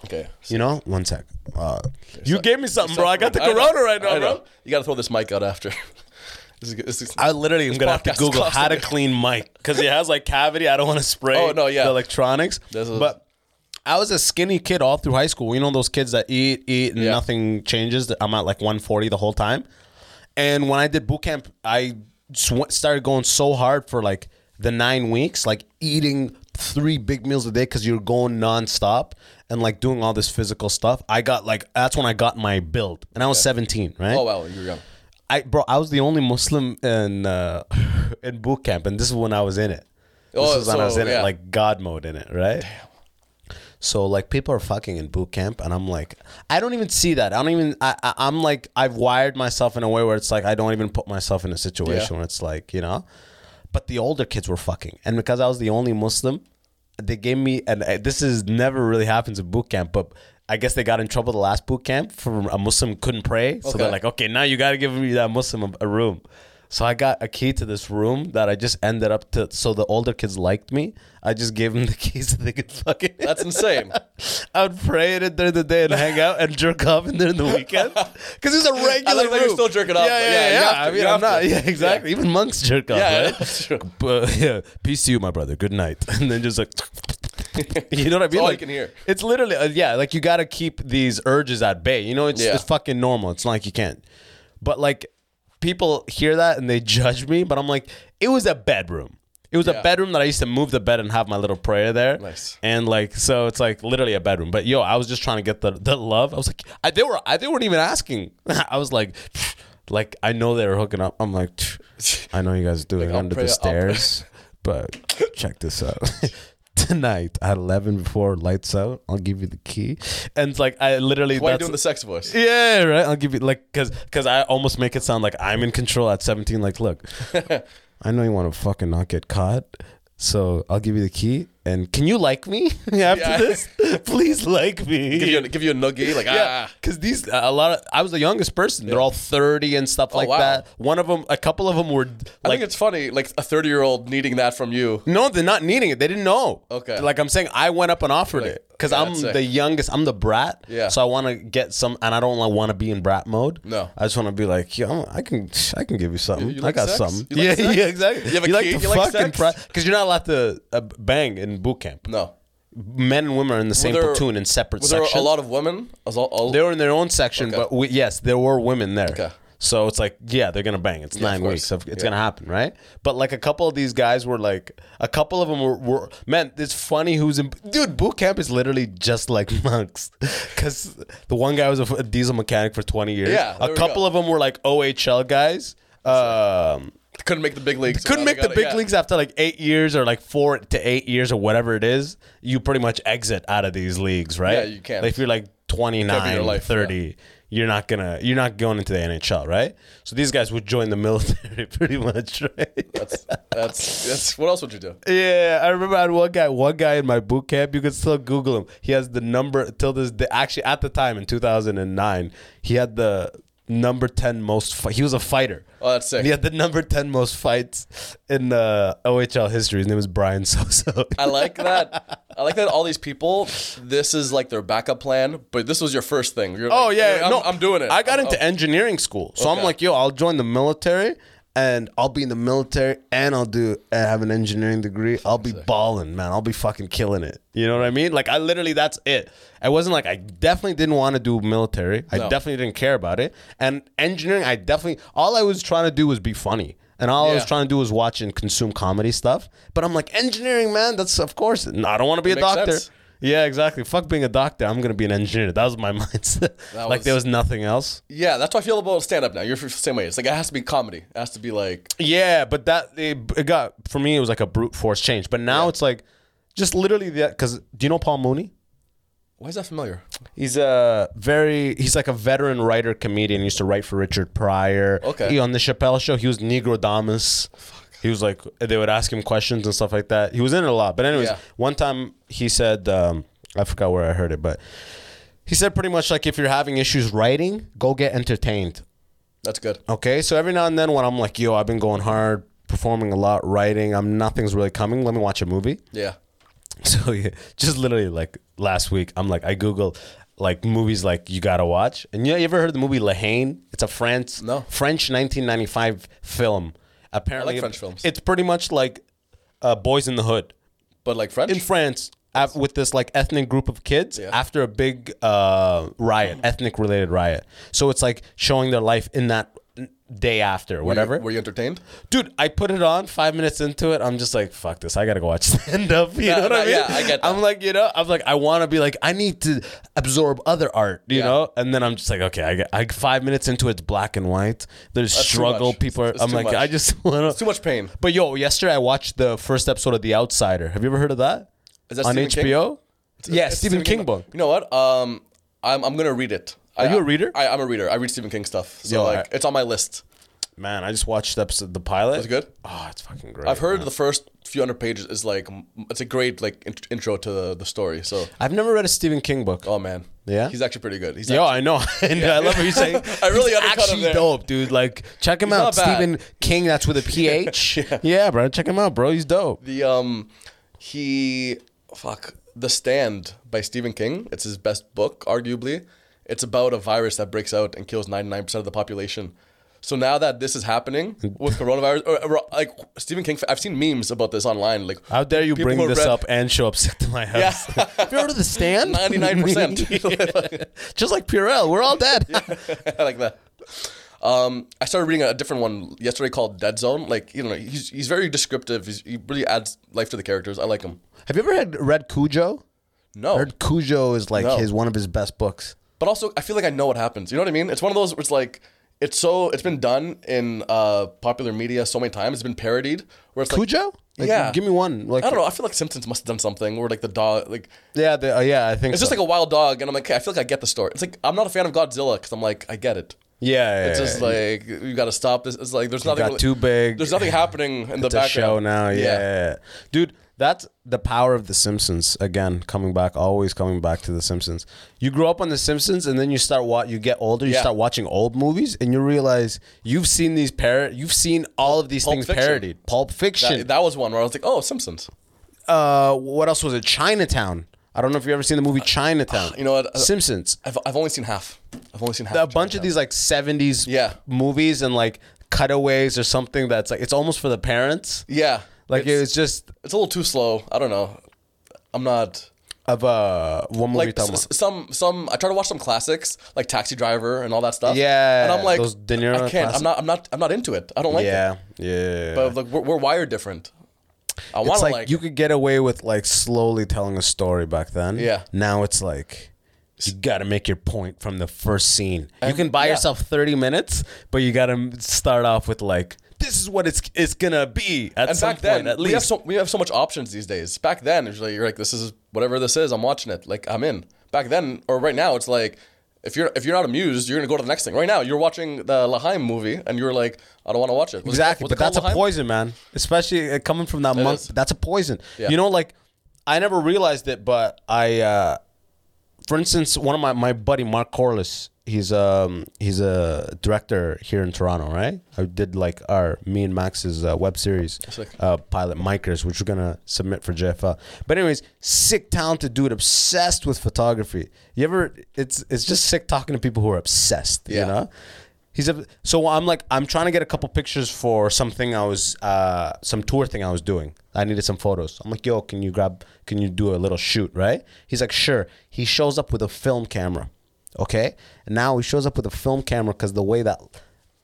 Okay.
You know, one sec. Uh, you gave me something, bro. I got the
know,
corona right now,
I know.
bro.
You got to throw this mic out after. this is, this is,
I literally am
This
gonna have to
podcast is
Google how to
costing me.
clean mic because he has like cavity. I don't want to spray.
Oh, no, yeah.
the electronics.
This is-
but I was a skinny kid all through high school. You know those kids that eat, eat, and
Yeah.
nothing changes. I'm at like 140 the whole time. And when I did boot camp, I sw- started going so hard for like the nine weeks, like eating three big meals a day because you're going nonstop and like doing all this physical stuff. I got like that's when I got my build, and I was 17, right?
oh wow, you were young.
I bro, I was the only Muslim in uh, in boot camp, and this is when I was in it. This
Oh,
is when I was
so,
in it,
yeah.
like God mode in it, right? So like people are fucking in boot camp, and I'm like, I don't even see that. I don't even. I, I I'm like, I've wired myself in a way where it's like I don't even put myself in a situation
Yeah.
where it's like you know. But the older kids were fucking, and because I was the only Muslim, they gave me. And uh, this is never really happens in boot camp, but I guess they got in trouble the last boot camp for a Muslim couldn't pray, so they're
Okay.
like, okay, now you got to give me that Muslim a, a room. So I got a key to this room that I just ended up to. So the older kids liked me. I just gave them the keys so they could fucking.
That's insane.
I would pray in it during the day and hang out and jerk off in during the weekend because it's a regular.
I like that you're
room.
still jerking off,
Yeah, yeah,
but yeah,
yeah.
you have
I
to,
mean,
you
I'm
have
not.
to.
Yeah, exactly. Even monks jerk off.
Yeah, yeah,
right?
that's true.
But, yeah, peace to you, my brother. Good night. And then just like. you know what I mean?
all you
like,
can hear.
It's literally, uh, yeah, like you got to keep these urges at bay. You know, it's,
Yeah.
it's fucking normal. It's not like you can't. But like people hear that and they judge me, but I'm like, it was a bedroom. It was
Yeah.
a bedroom that I used to move the bed and have my little prayer there.
Nice.
And like, so it's like literally a bedroom. But yo, I was just trying to get the, the love. I was like, I, they were, I, they weren't even asking. I was like, like, I know they were hooking up. I'm like, I know you guys do it
I'll
under
pray-
the
I'll pray.
stairs, but check this out. Tonight at 11 before lights out, I'll give you the key. And it's like, I literally,
Why are you
that's-
doing the sex voice?
yeah, right. I'll give you like because because I almost make it sound like I'm in control at 17. Like, look, I know you want to fucking not get caught, so I'll give you the key. And can you like me after
Yeah.
this? Please like me.
Give you, a, give you a nuggie, like
yeah,
ah.
because these a lot of I was the youngest person. They're all thirty and stuff like
Oh, wow.
that. One of them, a couple of them were
I
like
think it's funny, like a 30 year old needing that from you.
no, they're not needing it. They didn't know.
Okay.
Like I'm saying, I went up and offered
Like,
it because
yeah,
I'm
that's sick.
the youngest. I'm the brat.
Yeah.
So I want to get some, and I don't like, want to be in brat mode.
No.
I just want to be like, yo, I can, I can give you something.
You- you like
I got
sex?
something.
You like
yeah,
sex?
yeah, exactly.
You have a key? You like sex?
because you're not allowed to uh, bang in boot camp.
No.
Men and women are in the same
there-
platoon in separate
Was there
sections.
a lot of women? Was all- all-
They were in their own section,
Oh. Okay.
but we, yes, there were women there.
Okay.
So it's like, yeah, they're gonna bang. It's nine
course.
weeks. of- It's
Yeah.
gonna happen, right? But like a couple of these guys were like, a couple of them were, were man. It's funny who's in. Dude, boot camp is literally just like monks, because the one guy was a, f- a diesel mechanic for twenty years.
Yeah, there
a
we
couple
go.
of them were like OHL guys. Um,
couldn't make the big leagues.
couldn't
Now
make
they
the
got it,
big
yeah.
leagues after like eight years or like four to eight years or whatever it is. You pretty much exit out of these leagues, right?
Yeah, you can't.
Like, if you're like 29,
your life,
30, you're not gonna you're not going into the NHL, right? So these guys would join the military pretty much, right?
That's, that's, that's, what else would you do?
Yeah, I remember I had one guy, one guy in my boot camp. You could still Google him. He has the number till this day. Actually, at the time in 2009, he had the number 10 most. Fi- he was a fighter.
Oh, that's sick.
He had the number 10 most fights in uh, OHL history. His name was Brian Soso.
I like that. I like that all these people, this is like their backup plan, but this was your first thing. You're
Oh
like,
yeah,
I'm,
no,
I'm doing it.
I got
I'm-
into engineering school, so I'm
Okay.
like, yo, I'll join the military, and I'll be in the military, and I'll do and have an engineering degree. I'll be balling, man. I'll be fucking killing it. You know what I mean? Like I literally, that's it. I wasn't like I definitely didn't want to do military. I
No.
definitely didn't care about it. And engineering, I definitely all I was trying to do was be funny. And all I was
Yeah.
trying to do was watch and consume comedy stuff. But I'm like, engineering, man, that's of course. No, I don't want to be a
Makes
doctor.
sense.
Yeah, exactly. Fuck being a doctor. I'm gonna be an engineer. That was my mindset.
That
like
was-
there was nothing else.
Yeah, that's how I feel about stand up now. You're the same way. It's like it has to be comedy. It has to be like
Yeah, but that it, it got for me. It was like a brute force change. But now it's like just literally that. Because do you know Paul Mooney?
why is that familiar?
He's a very he's like a veteran writer comedian. He used to write for Richard Pryor.
Okay.
He, on the Chappelle show, he was Negro Damas. He was like they would ask him questions and stuff like that. He was in it a lot. But anyways,
Yeah.
one time he said um, I forgot where I heard it, but he said pretty much like if you're having issues writing, go get entertained.
That's good.
Okay, so every now and then when I'm like, yo, I've been going hard, performing a lot, writing, I'm nothing's really coming. Let me watch a movie.
Yeah.
So yeah, just literally like last week, I'm like I Google like movies like you gotta watch. And you, you ever heard of the movie Lahane? It's a France
No.
French 1995 film. Apparently,
French films.
It's pretty much like uh, Boys in the Hood
But like French?
in France af- with this like ethnic group of kids
Yeah.
after a big uh, riot, ethnic related riot. So it's like showing their life in that n- day after,
Were you-
whatever.
Were you entertained?
Dude, I put it on five minutes into it. I'm just like, fuck this. I gotta go watch stand up. You
Yeah,
know what I
no,
mean?
yeah, I get that.
I'm like, you know, I'm like, I want to be like, I need to absorb other art, you
Yeah.
know. And then I'm just like, okay, I, get, I five minutes into it, it's black and white. There's
too
struggle.
much.
People, are,
It's
I'm
too
like,
much.
I just want
It's too much pain.
But yo, yesterday I watched the first episode of The Outsider. Have you ever heard of that?
Is that
on
Stephen King?
HBO? yeah,
It's
Stephen King book.
You know what? Um, I'm, I'm gonna read it.
Are
I,
you a reader?
I, I'm a reader. I read Stephen King stuff. So
Yo,
like,
I-
it's on my list.
Man, I just watched the episode, the pilot.
Was it good?
Oh, it's fucking great.
I've heard
man.
the first few hundred pages is like m- it's a great like int- intro to the, the story. So
I've never read a Stephen King book.
oh man,
Yeah?
he's actually pretty good. He's
Yo,
actually-
I know, and I love what you're saying.
I really
He's
undercut him
actually
there.
dope, dude. Like, check him out,
not bad.
Stephen King. That's with a PH. yeah. bro, check him out, bro. He's dope.
the um he fuck the stand by stephen king it's his best book arguably it's about a virus that breaks out and kills 99% of the population so now that this is happening with coronavirus or, or, like stephen king i've seen memes about this online like
How dare you
people
bring
who
this
read-
up and show up sick to my house?
Yeah.
Have you heard of the stand?
99%.
Just like Purell, we're all dead.
like that um, I started reading a different one yesterday called Dead Zone. Like, you know, he's, he's very descriptive. He's, he really adds life to the characters. I like him.
Have you ever had read Cujo?
No.
Heard Cujo is like
Oh. No.
his one of his best books.
But also, I feel like I know what happens. You know what I mean? It's one of those where it's like, it's so, it's been done in uh, popular media so many times. It's been parodied. Where it's
Cujo?
Like,
Like,
yeah.
Give me one. Like,
I don't know. I feel like Simpsons must have done something where like the dog, like,
Yeah, the, uh, yeah, I think
it's just
so.
like a wild dog. And I'm like, okay, I feel like I get the story. It's like, I'm not a fan of Godzilla because I'm like, I get it.
yeah, yeah,
It's just
yeah.
like, you got to stop this. It's like, there's nothing.
got
really-
too big.
There's nothing happening in the
it's
background.
a show now. Yeah. dude, that's the power of The Simpsons. Again, coming back, always coming back to The Simpsons. You grow up on The Simpsons, and then you start what you get older. You
Yeah.
start watching old movies, and you realize you've seen these par- You've seen all of these
Pulp
things
Fiction.
parodied. Pulp Fiction.
That, that was one where I was like, oh, Simpsons.
uh, what else was it? Chinatown. I don't know if you have ever seen the movie Chinatown.
Uh, you know what? Uh,
Simpsons.
I've, I've only seen half. I've only seen half.
a bunch of these like 70s
Yeah.
movies and like cutaways or something that's like it's almost for the parents
Yeah.
like
it's,
it's just
it's a little too slow. I don't know. I'm not
of uh one movie
like
talking
s-
about?
s- some some. I try to watch some classics like Taxi Driver and all that stuff.
Yeah,
and I'm like,
those De Niro
I can't.
classic-
I'm not. I'm not. I'm not into it. I don't like
yeah
it.
yeah
But like, we're, we're wired different. I want
it's
to
like,
like,
you could get away with like slowly telling a story back then
Yeah.
now it's like you gotta make your point from the first scene you can buy
yeah.
yourself 30 minutes but you gotta start off with like this is what it's it's gonna be at
And
some
back then,
point at
we have
least
so we have so much options these days. Back then, it's like, you're like, this is whatever this is. I'm watching it. Like I'm in. Back then, or right now, it's like. If you're if you're not amused, you're gonna go to the next thing. Right now, you're watching the Lahaim movie, and you're like, I don't want to watch it. Was it-
Exactly,
was it
but that's a
called L'Haim?
poison, man. Especially uh, coming from that month,
is.
that's a poison.
Yeah.
You know, like I never realized it, but I, uh, for instance, one of my my buddy Mark Corliss, he's um he's a director here in Toronto, right? I did like our me and Max's uh, web series uh, pilot, Micers, which we're gonna submit for JFL. But anyways, sick talented dude, obsessed with photography. You ever? It's it's just sick talking to people who are obsessed. You
Yeah.
know. He's a so I'm like I'm trying to get a couple pictures for something I was uh some tour thing I was doing. I needed some photos. I'm like, yo, can you grab? Can you do a little shoot? Right? He's like, sure. He shows up with a film camera. Okay. And now he shows up with a film camera because the way that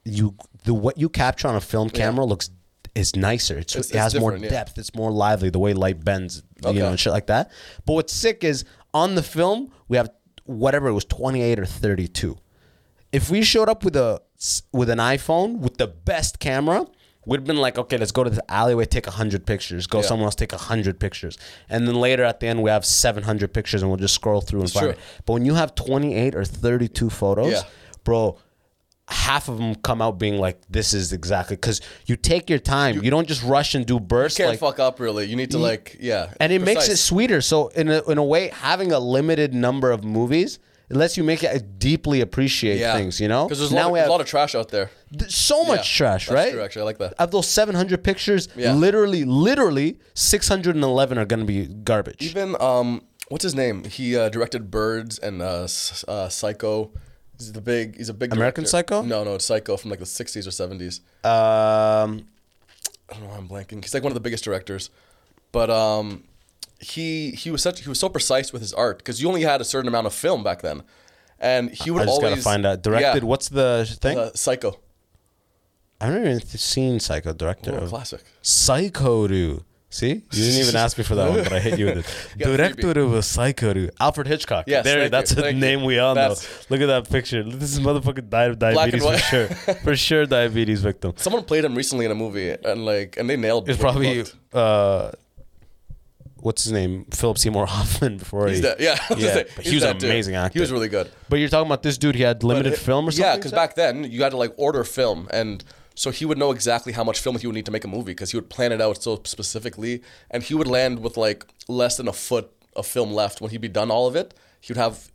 you the what you capture on a film camera looks is nicer. It's,
It's-
it has
it's
more
different, yeah.
depth. It's more lively. The way light bends,
Okay.
you know, and shit like that. But what's sick is on the film we have whatever it was, twenty eight or thirty two. If we showed up with a s- with an iPhone with the best camera. We'd been like, okay, let's go to the alleyway, take hundred pictures. Go
Yeah.
somewhere else, take hundred pictures, and then later at the end we have seven hundred pictures, and we'll just scroll through and
That's
find
true.
it. But when you have twenty eight or thirty two photos,
Yeah.
bro half of them come out being like this is exactly because you take your time you, don't just rush and do bursts
can't
like,
fuck up really. You need to like yeah.
and it makes it
precise.
sweeter so in a, in a way having a limited number of movies it lets you make it deeply appreciate things you know
Because there's a lot, of,
we
there's
have
a lot of trash out there.
th- so much
Yeah,
trash
that's
right
true, actually. I like that.
of those 700 pictures
Yeah.
literally literally 611 are gonna be garbage
Even um, what's his name? He uh, directed Birds and uh, S- uh, Psycho. He's the big. He's a big
American
director.
Psycho?
No, no, it's Psycho from like the '60s or '70s.
um
I don't know. why I'm blanking. He's like one of the biggest directors, but um, he he was such he was so precise with his art because you only had a certain amount of film back then, and he would
I just
always
gotta find out. Directed,
Yeah,
what's the thing?
uh, Psycho.
I've never even seen Psycho director.
Oh,
of-
classic.
Psychoru. See, you didn't even ask me for that one, but I hit you with it.
Yeah, maybe.
Director of Psychoru, Alfred Hitchcock.
Yes,
there,
thank you,
that's a
thank you.
name we all
That's-
know. Look at that picture. This is motherfucking died of
Black
diabetes
and
for
white.
sure. For sure, diabetes victim.
Someone played him recently in a movie, and like, and they nailed.
It's
what he
probably
looked.
uh, what's his name, Philip Seymour Hoffman. Before
He's
he,
dead. Yeah, I was
yeah.
gonna say,
but
he's
he was an
that dude.
amazing actor.
He was really good.
But you're talking about this dude. He had limited
But it-
film or something.
Yeah, because back then you had to like order film, and so he would know exactly how much film he would need to make a movie because he would plan it out so specifically, and he would land with like less than a foot of film left when he'd be done all of it. He would have,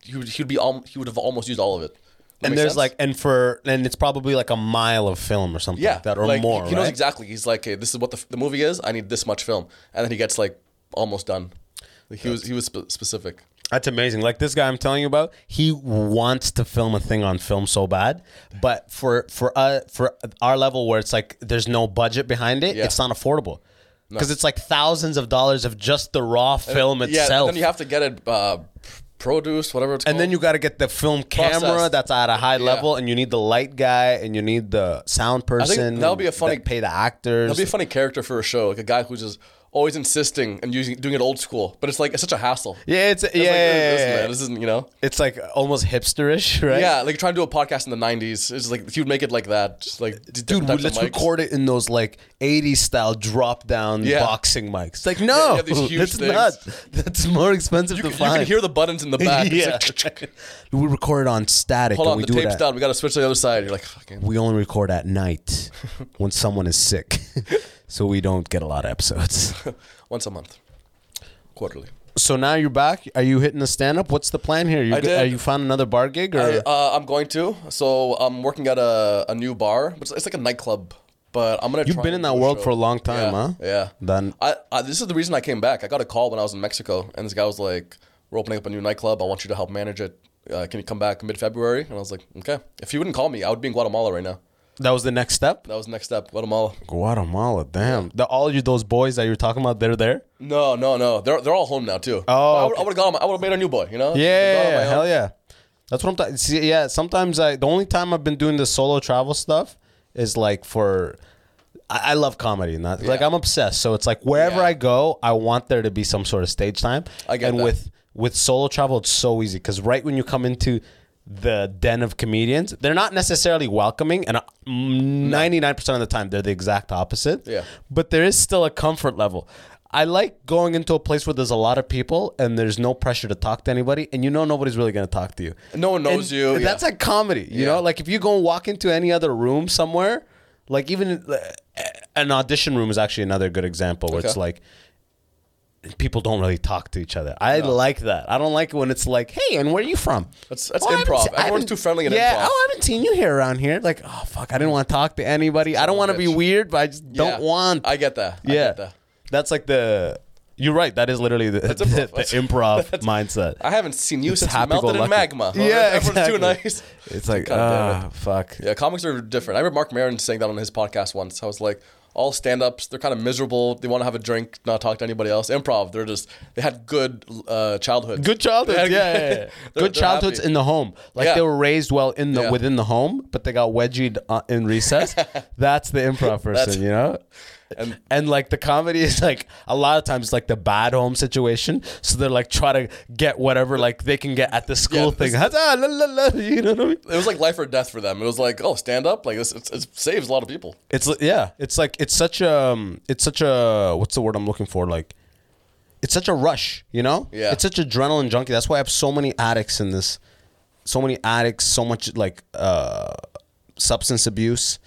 he would, he'd be al- he would have almost used all of it. That
and
makes
there's
sense?
like, and for, and it's probably like a mile of film or something
yeah,
like that, or
like,
more.
He knows
right?
exactly. He's like, hey, this is what the, f- the movie is. I need this much film, and then he gets like almost done. Like, he was he was spe- specific.
That's amazing. Like this guy I'm telling you about, he wants to film a thing on film so bad, but for for uh for our level where it's like there's no budget behind it,
Yeah.
it's not affordable. Because it's like thousands of dollars of just the raw film
yeah,
itself.
then you have to get it uh, produced, whatever it's called.
and then you got to get the film camera
Processed.
that's at a high
Yeah.
level, and you need the light guy, and you need the sound person.
that'll be a funny-
pay the actors.
That'd be a funny character for a show, like a guy who's just always insisting and using doing it old school. But it's like it's such a hassle.
yeah, it's,
It's
yeah,
like,
yeah,
listen,
yeah,
man,
yeah.
this isn't you know.
it's like almost hipsterish, right?
Yeah, like trying to do a podcast in the '90s. It's like he would make it like that, just like d-
dude,
types of
let's
mics.
record it in those like 80s style drop down
Yeah.
boxing mics. It's like,
you
no,
have these huge
that's
things.
not. That's more expensive
You
to
can, you
find.
can hear the buttons in the back. It's
yeah.
like,
we record on static.
Hold
and
on,
we
the
do it
tape's
at-
down. We gotta switch to the other side. You're like, fucking.
We only record at night when someone is sick. so we don't get a lot of episodes.
Once a month, quarterly.
so now you're back. Are you hitting the stand up? What's the plan here? You
I
g-
did.
Are you found another bar gig or
I, uh, I'm going to. So I'm working at a, a new bar. It's, it's like a nightclub, but I'm gonna.
You've
try
been
and
in
do
that world
show.
for a long time,
Yeah,
huh?
Yeah.
Then
I, I this is the reason I came back. I got a call when I was in Mexico, and this guy was like, "We're opening up a new nightclub. I want you to help manage it. Uh, can you come back mid-February?" And I was like, "Okay." If he wouldn't call me, I would be in Guatemala right now.
that was the next step.
That was the next step, Guatemala.
Guatemala, damn. The, all you those boys that you were talking about, they're there.
No, no, no. They're they're all home now too.
Oh,
I would,
okay.
I would have gone. I would have made a new boy. You know? Gone on
Yeah,
my own.
hell yeah. That's what I'm talking. See, yeah, sometimes I the only time I've been doing the solo travel stuff is like for I, I love comedy, not like
Yeah.
I'm obsessed. So it's like wherever
Yeah.
I go, I want there to be some sort of stage time.
I get
and
that.
with with solo travel, it's so easy because right when you come into the den of comedians, they're not necessarily welcoming, and ninety nine percent of the time, they're the exact opposite
Yeah.
but there is still a comfort level. I like going into a place where there's a lot of people and there's no pressure to talk to anybody, and you know nobody's really gonna talk to you.
No one knows
And
you, yeah.
That's like comedy, you
Yeah.
know. Like if you go and walk into any other room somewhere, like even uh, an audition room is actually another good example where it's
Okay.
like people don't really talk to each other. I like that. I don't like it when it's like, hey, and where are you from? Oh,
That's- that's
I haven't
improv.
se- I
Everyone's
haven't-
too friendly in
yeah,
improv.
Oh, I haven't seen you here around here. Like, oh fuck, I didn't want to talk to anybody. I don't want to be
bitch.
weird, but I just
Yeah.
don't want.
I get that. I
Yeah,
get that.
that's like the. You're right. That is literally the, the,
improv.
the improv mindset.
I haven't seen you
It's
since you
happy-go-lucky.
melted in magma.
Yeah,
Everyone's too
exactly.
nice.
It's like,
God damn it.
ah, fuck.
Yeah, comics are different. I remember Mark Maron saying that on his podcast once. I was like, all stand ups. They're kind of miserable. They want to have a drink, not talk to anybody else. Improv. They're just they had good uh, childhood.
Good childhoods, yeah,
They
yeah,
had-
yeah.
they're- they're
good childhoods
happy.
in the home. Like
Yeah.
they were raised well in the
Yeah.
within the home, but they got wedgied uh, in recess. That's the improv person, you know. And,
And-
like the comedy is like a lot of times like the bad home situation, so they're like trying to get whatever like they can get at the school
this-
thing. Huzzah, la, la, la, you know what I mean?
It was like life or death for them. It was like, oh, stand up. Like this, it, it saves a lot of people.
It's li- yeah. It's like it's such a um, it's such a what's the word I'm looking for? Like it's such a rush, you know?
Yeah.
It's such adrenaline junkie. That's why I have so many addicts in this. So many addicts. So much like uh, substance abuse.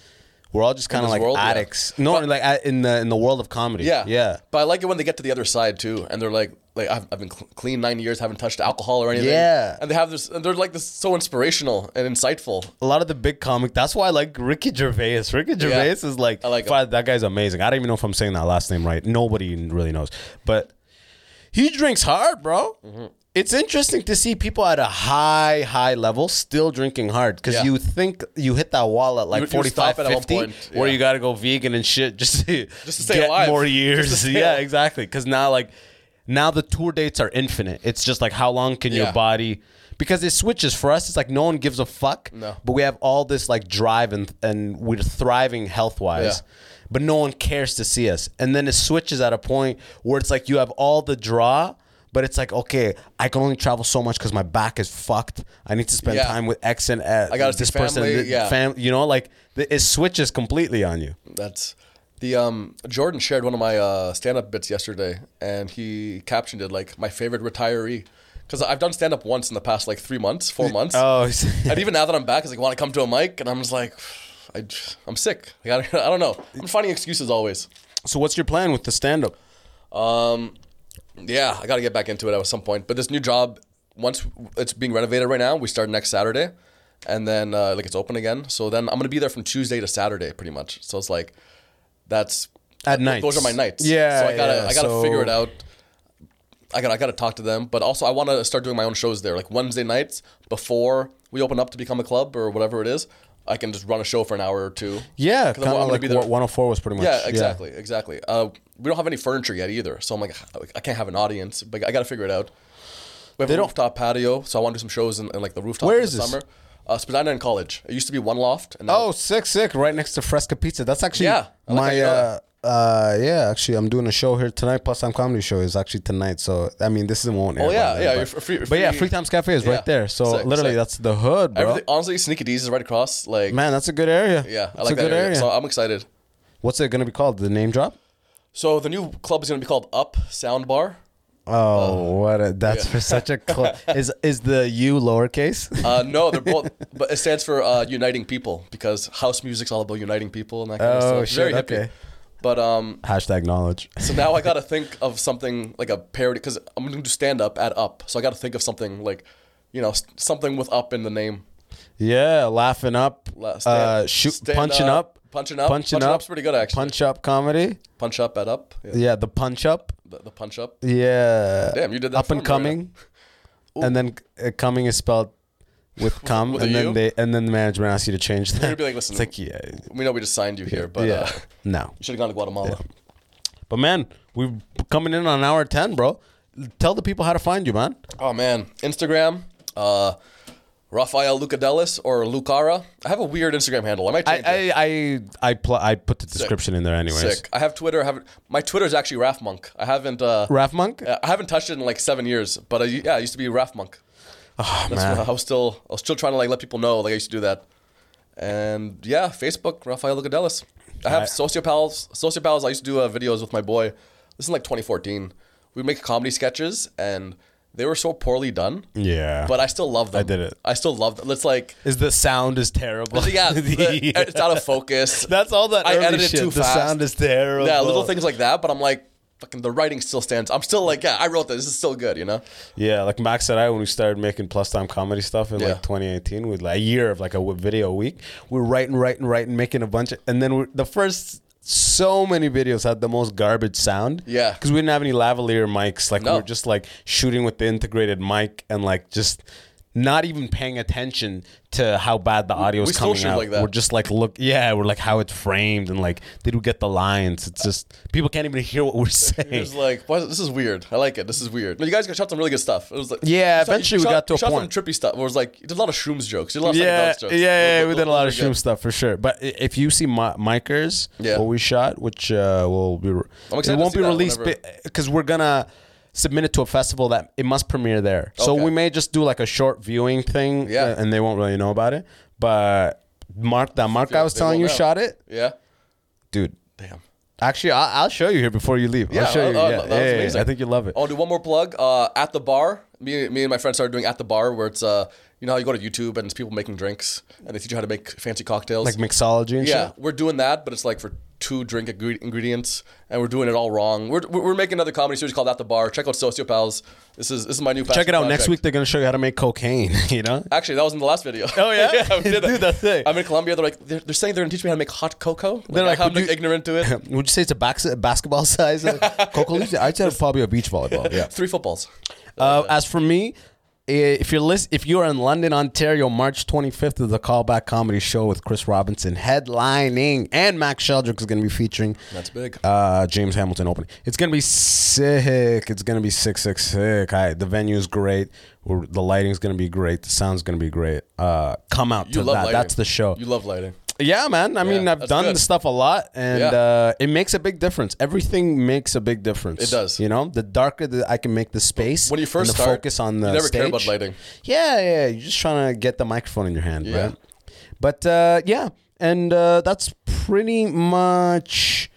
We're all just kind of
this
like
world, yeah.
addicts. No,
But-
like a- in the in the world of comedy.
Yeah,
yeah.
But I like it when they get to the other side too, and they're like, like I've, I've been cl- clean nine years, haven't touched alcohol or anything.
Yeah.
and they have this, and they're like this so inspirational and insightful.
A lot of the big comic. That's why I like Ricky Gervais. Ricky Gervais is like,
I like him.
fuck, that guy's amazing. I don't even know if I'm saying that last name right. Nobody really knows, but he drinks hard, bro.
Mm-hmm.
It's interesting to see people at a high, high level still drinking hard because
Yeah.
you think you hit that wall at like
You- you
45,
stop at one
50,
point,
where
yeah.
you got to go vegan and shit just to,
Just to stay
get
alive.
more
Just to
years.
stay
yeah,
alive.
exactly. Because now, like, now the tour dates are infinite. It's just like how long can your
Yeah.
body. Because it switches for us, it's like no one gives a fuck.
No.
But we have all this like drive and and we're thriving health wise,
Yeah.
but no one cares to see us. And then it switches at a point where it's like you have all the draw, but it's like okay, I can only travel so much because my back is fucked. I need to spend
Yeah.
time with X and uh,
I gotta see
this person,
family,
th-
yeah.
fam- you know, like th- it switches completely on you.
That's the um Jordan shared one of my uh, stand up bits yesterday, and he captioned it like my favorite retiree. Because I've done stand up once in the past like three months, four months.
Oh,
and even now that I'm back, it's like, want to come to a mic? And I'm just like, I, I'm sick. I, gotta, I don't know. I'm finding excuses always.
so what's your plan with the stand up?
Um, yeah, I got to get back into it at some point. But this new job, once it's being renovated right now, we start next Saturday, and then uh, like it's open again. So then I'm gonna be there from Tuesday to Saturday, pretty much. So it's like, that's
At
th-
night.
Those are my nights.
Yeah,
So I gotta
yeah,
I gotta
so-
figure it out. I gotta I gotta talk to them, but also I want to start doing my own shows there, like Wednesday nights before we open up to become a club or whatever it is. I can just run a show for an hour or two.
Yeah,
'Cause
kind of
gonna
like
be
what
there-
104 was pretty much.
yeah, exactly, exactly. Uh, we don't have any furniture yet either, so I'm like, I can't have an audience, but I got to figure it out. We have
They
a
don't-
rooftop patio, so I want to do some shows in, in like the rooftop.
Where
in
is
the
this?
Summer. Uh, Spadina in college. It used to be one loft, and now
Oh, sick, sick! Right next to Fresca Pizza. That's actually
Yeah, I like how
my.
you know
uh, uh, yeah, actually, I'm doing a show here tonight. Plus, I'm comedy show is actually tonight. So I mean, this isn't won't. air by
Oh, yeah,
then,
yeah,
But,
you're f- free-
but yeah,
free-
Free Times Cafe is
Yeah.
right there. So
Sick,
literally,
sick.
that's the hood, bro.
everything. Honestly, Sneaky D's is right across. Like,
Man, that's a good area.
yeah,
That's
I like
a
that
good
area.
area.
So uh, I'm excited.
What's it gonna be called? The name drop?
So the new club is going to be called Up Sound Bar.
Oh, what? A, that's
Uh, yeah.
for such a cl- is is the U lowercase?
Uh, no, they're both, but it stands for uh, uniting people because house music's all about uniting people and that kind of stuff.
Oh,
It's Very
shit,
hippie.
okay.
But um,
Hashtag knowledge.
So now I gotta think of something like a parody because I'm gonna do stand up at up. So I gotta think of something like, you know, s- something with up in the name.
Yeah, laughing up,
La- stand-
uh, shoot,
stand
punching
up,
up,
punching up.
punching,
Punching
up.
up's pretty good, actually.
Punch up comedy.
Punch up at up. Yeah.
Yeah, the punch up.
The, the punch up.
Yeah.
Damn, you did that
Up
for
and
me right now.
coming, and then uh, coming is spelled with com,
with a
and then
U?
they and then the management asks you to change that.
gonna be like, "Listen,
it's like yeah,
We know we just signed you here, but
yeah,
uh,
no.
you should have gone to Guatemala.
But man, we're coming in on hour ten, bro. Tell the people how to find you, man.
Oh man, Instagram. Uh, Rafael Lucadelis or Lucara. I have a weird Instagram handle. I might change it.
I I I I, pl- I put the description in there anyways.
Sick. I have Twitter. I have my Twitter is actually Raf Monk. I haven't. Uh,
Raf Monk?
I haven't touched it in like seven years. But I, yeah, I used to be Raf Monk. Oh That's
man.
what- I was still. I was still trying to like let people know. Like I used to do that. And yeah, Facebook, Rafael Lucadelis. I have sociopals. Sociopals. I used to do uh, videos with my boy. This is like 2014. We make comedy sketches, and they were so poorly done.
Yeah.
But I still love them.
I did it.
I still love them. It's like.
Is the sound is terrible?
Yeah, the- it's out of focus.
That's all that
I
early
edited
shit.
too
the
fast.
sound is terrible.
Yeah, little things like that. But I'm like, fucking, the writing still stands. I'm still like, yeah, I wrote this. This is still good, you know?
Yeah, like Max and I, when we started making plus time comedy stuff in
Yeah.
like 2018, with like a year of like a w- video a week, we're writing, writing, writing, making a bunch, of, and then we're, the first so many videos had the most garbage sound.
Yeah.
because we didn't have any lavalier mics. Like we
No.
were just like shooting with the integrated mic and like just not even paying attention to how bad the audio
we
is
still
coming
shoot
out.
like that.
We're just like, look, yeah, we're like how it's framed and like, did we get the lines? It's just people can't even hear what we're
It
saying.
was like, why, this is weird. I like it. This is weird. No, you guys got shot some really good stuff. It was like,
Yeah,
you shot- you
eventually we
shot-
got to
you
a
shot
point.
Some trippy stuff. Where it was like, you did a lot of shrooms jokes. You did a lot of psychedelic
yeah, yeah,
jokes.
yeah,
Those-
we did a
those
lot of
were good.
shroom stuff for sure. But i- if you see my, Micers,
Yeah.
what we shot, which uh, will be, re-
I'm
it
excited
won't
to see
be
that
released
whenever-
because we're gonna submit it to a festival that it must premiere there. So
Okay.
we may just do like a short viewing thing,
Yeah.
uh, and they won't really know about it. But Mark, that Mark I was
they
telling you
will now.
shot it,
Yeah.
dude.
Damn.
Actually, I'll, I'll show you here before you leave.
Yeah,
I'll show
oh,
you.
oh,
yeah,
that was
yeah, yeah, yeah.
amazing.
I think you'll love it.
I'll do Oh, one more plug. Uh, at the bar, me, me and my friend started doing at the bar, where it's uh, you know how you go to YouTube and it's people making drinks and they teach you how to make fancy cocktails.
Like mixology and
yeah,
shit.
we're doing that, but it's like for two drink ingre- ingredients, and we're doing it all wrong. We're, we're we're making another comedy series called At the Bar. Check out Sociopals. This is this is my new
Check it out.
passion
Next
project.
week, they're going to show you how to make cocaine, you know?
Actually, that was in the last video.
Oh, yeah?
we did
Dude, that's it.
I'm in Colombia. They're like, they're, they're saying they're gonna teach me how to make hot cocoa.
They're like,
I'm
would you-
ignorant to it.
Would you say it's a back- basketball size? uh, Coca leaves? I'd say it's probably a beach volleyball. Yeah.
Three footballs.
Uh, as for me, eh, if you're list, if you are in London, Ontario, March 25th is the Callback Comedy Show with Chris Robinson headlining, and Max Sheldrick is going to be featuring.
That's big.
Uh, James Hamilton opening. It's gonna be sick. It's gonna be sick, sick, sick. I, the venue's great. We're, the lighting's gonna be great. The sound's gonna be great. Uh, come out
You
to
love
that.
lighting.
That's the show.
You love lighting.
Yeah, man. I mean,
Yeah,
I've
that's
done
good.
this stuff a lot, and
Yeah.
uh, it makes a big difference. Everything makes a big difference.
It does.
You know, the darker that I can make the space
When you first
and the
start,
focus on
you
the
never care about
stage.
lighting.
Yeah, yeah. You're just trying to get the microphone in your hand,
Yeah.
right? But uh, yeah, and uh, that's pretty much.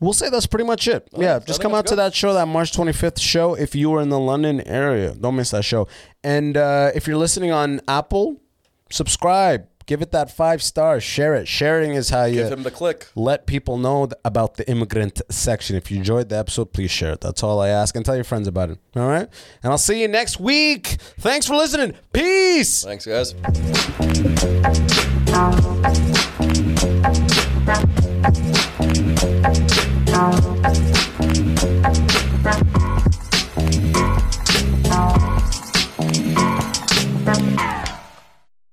We'll say that's pretty much it. yeah,
I
just
think
come out
that's
to
good.
that show, that March 25th show, if you are in the London area. Don't miss that show. And uh, if you're listening on Apple, subscribe, give it that five stars, share it. Sharing is how you
Give him the click.
let people know th- about the immigrant section. If you enjoyed the episode, please share it. That's all I ask. And tell your friends about it. All right? And I'll see you next week. Thanks for listening. Peace.
Thanks, guys.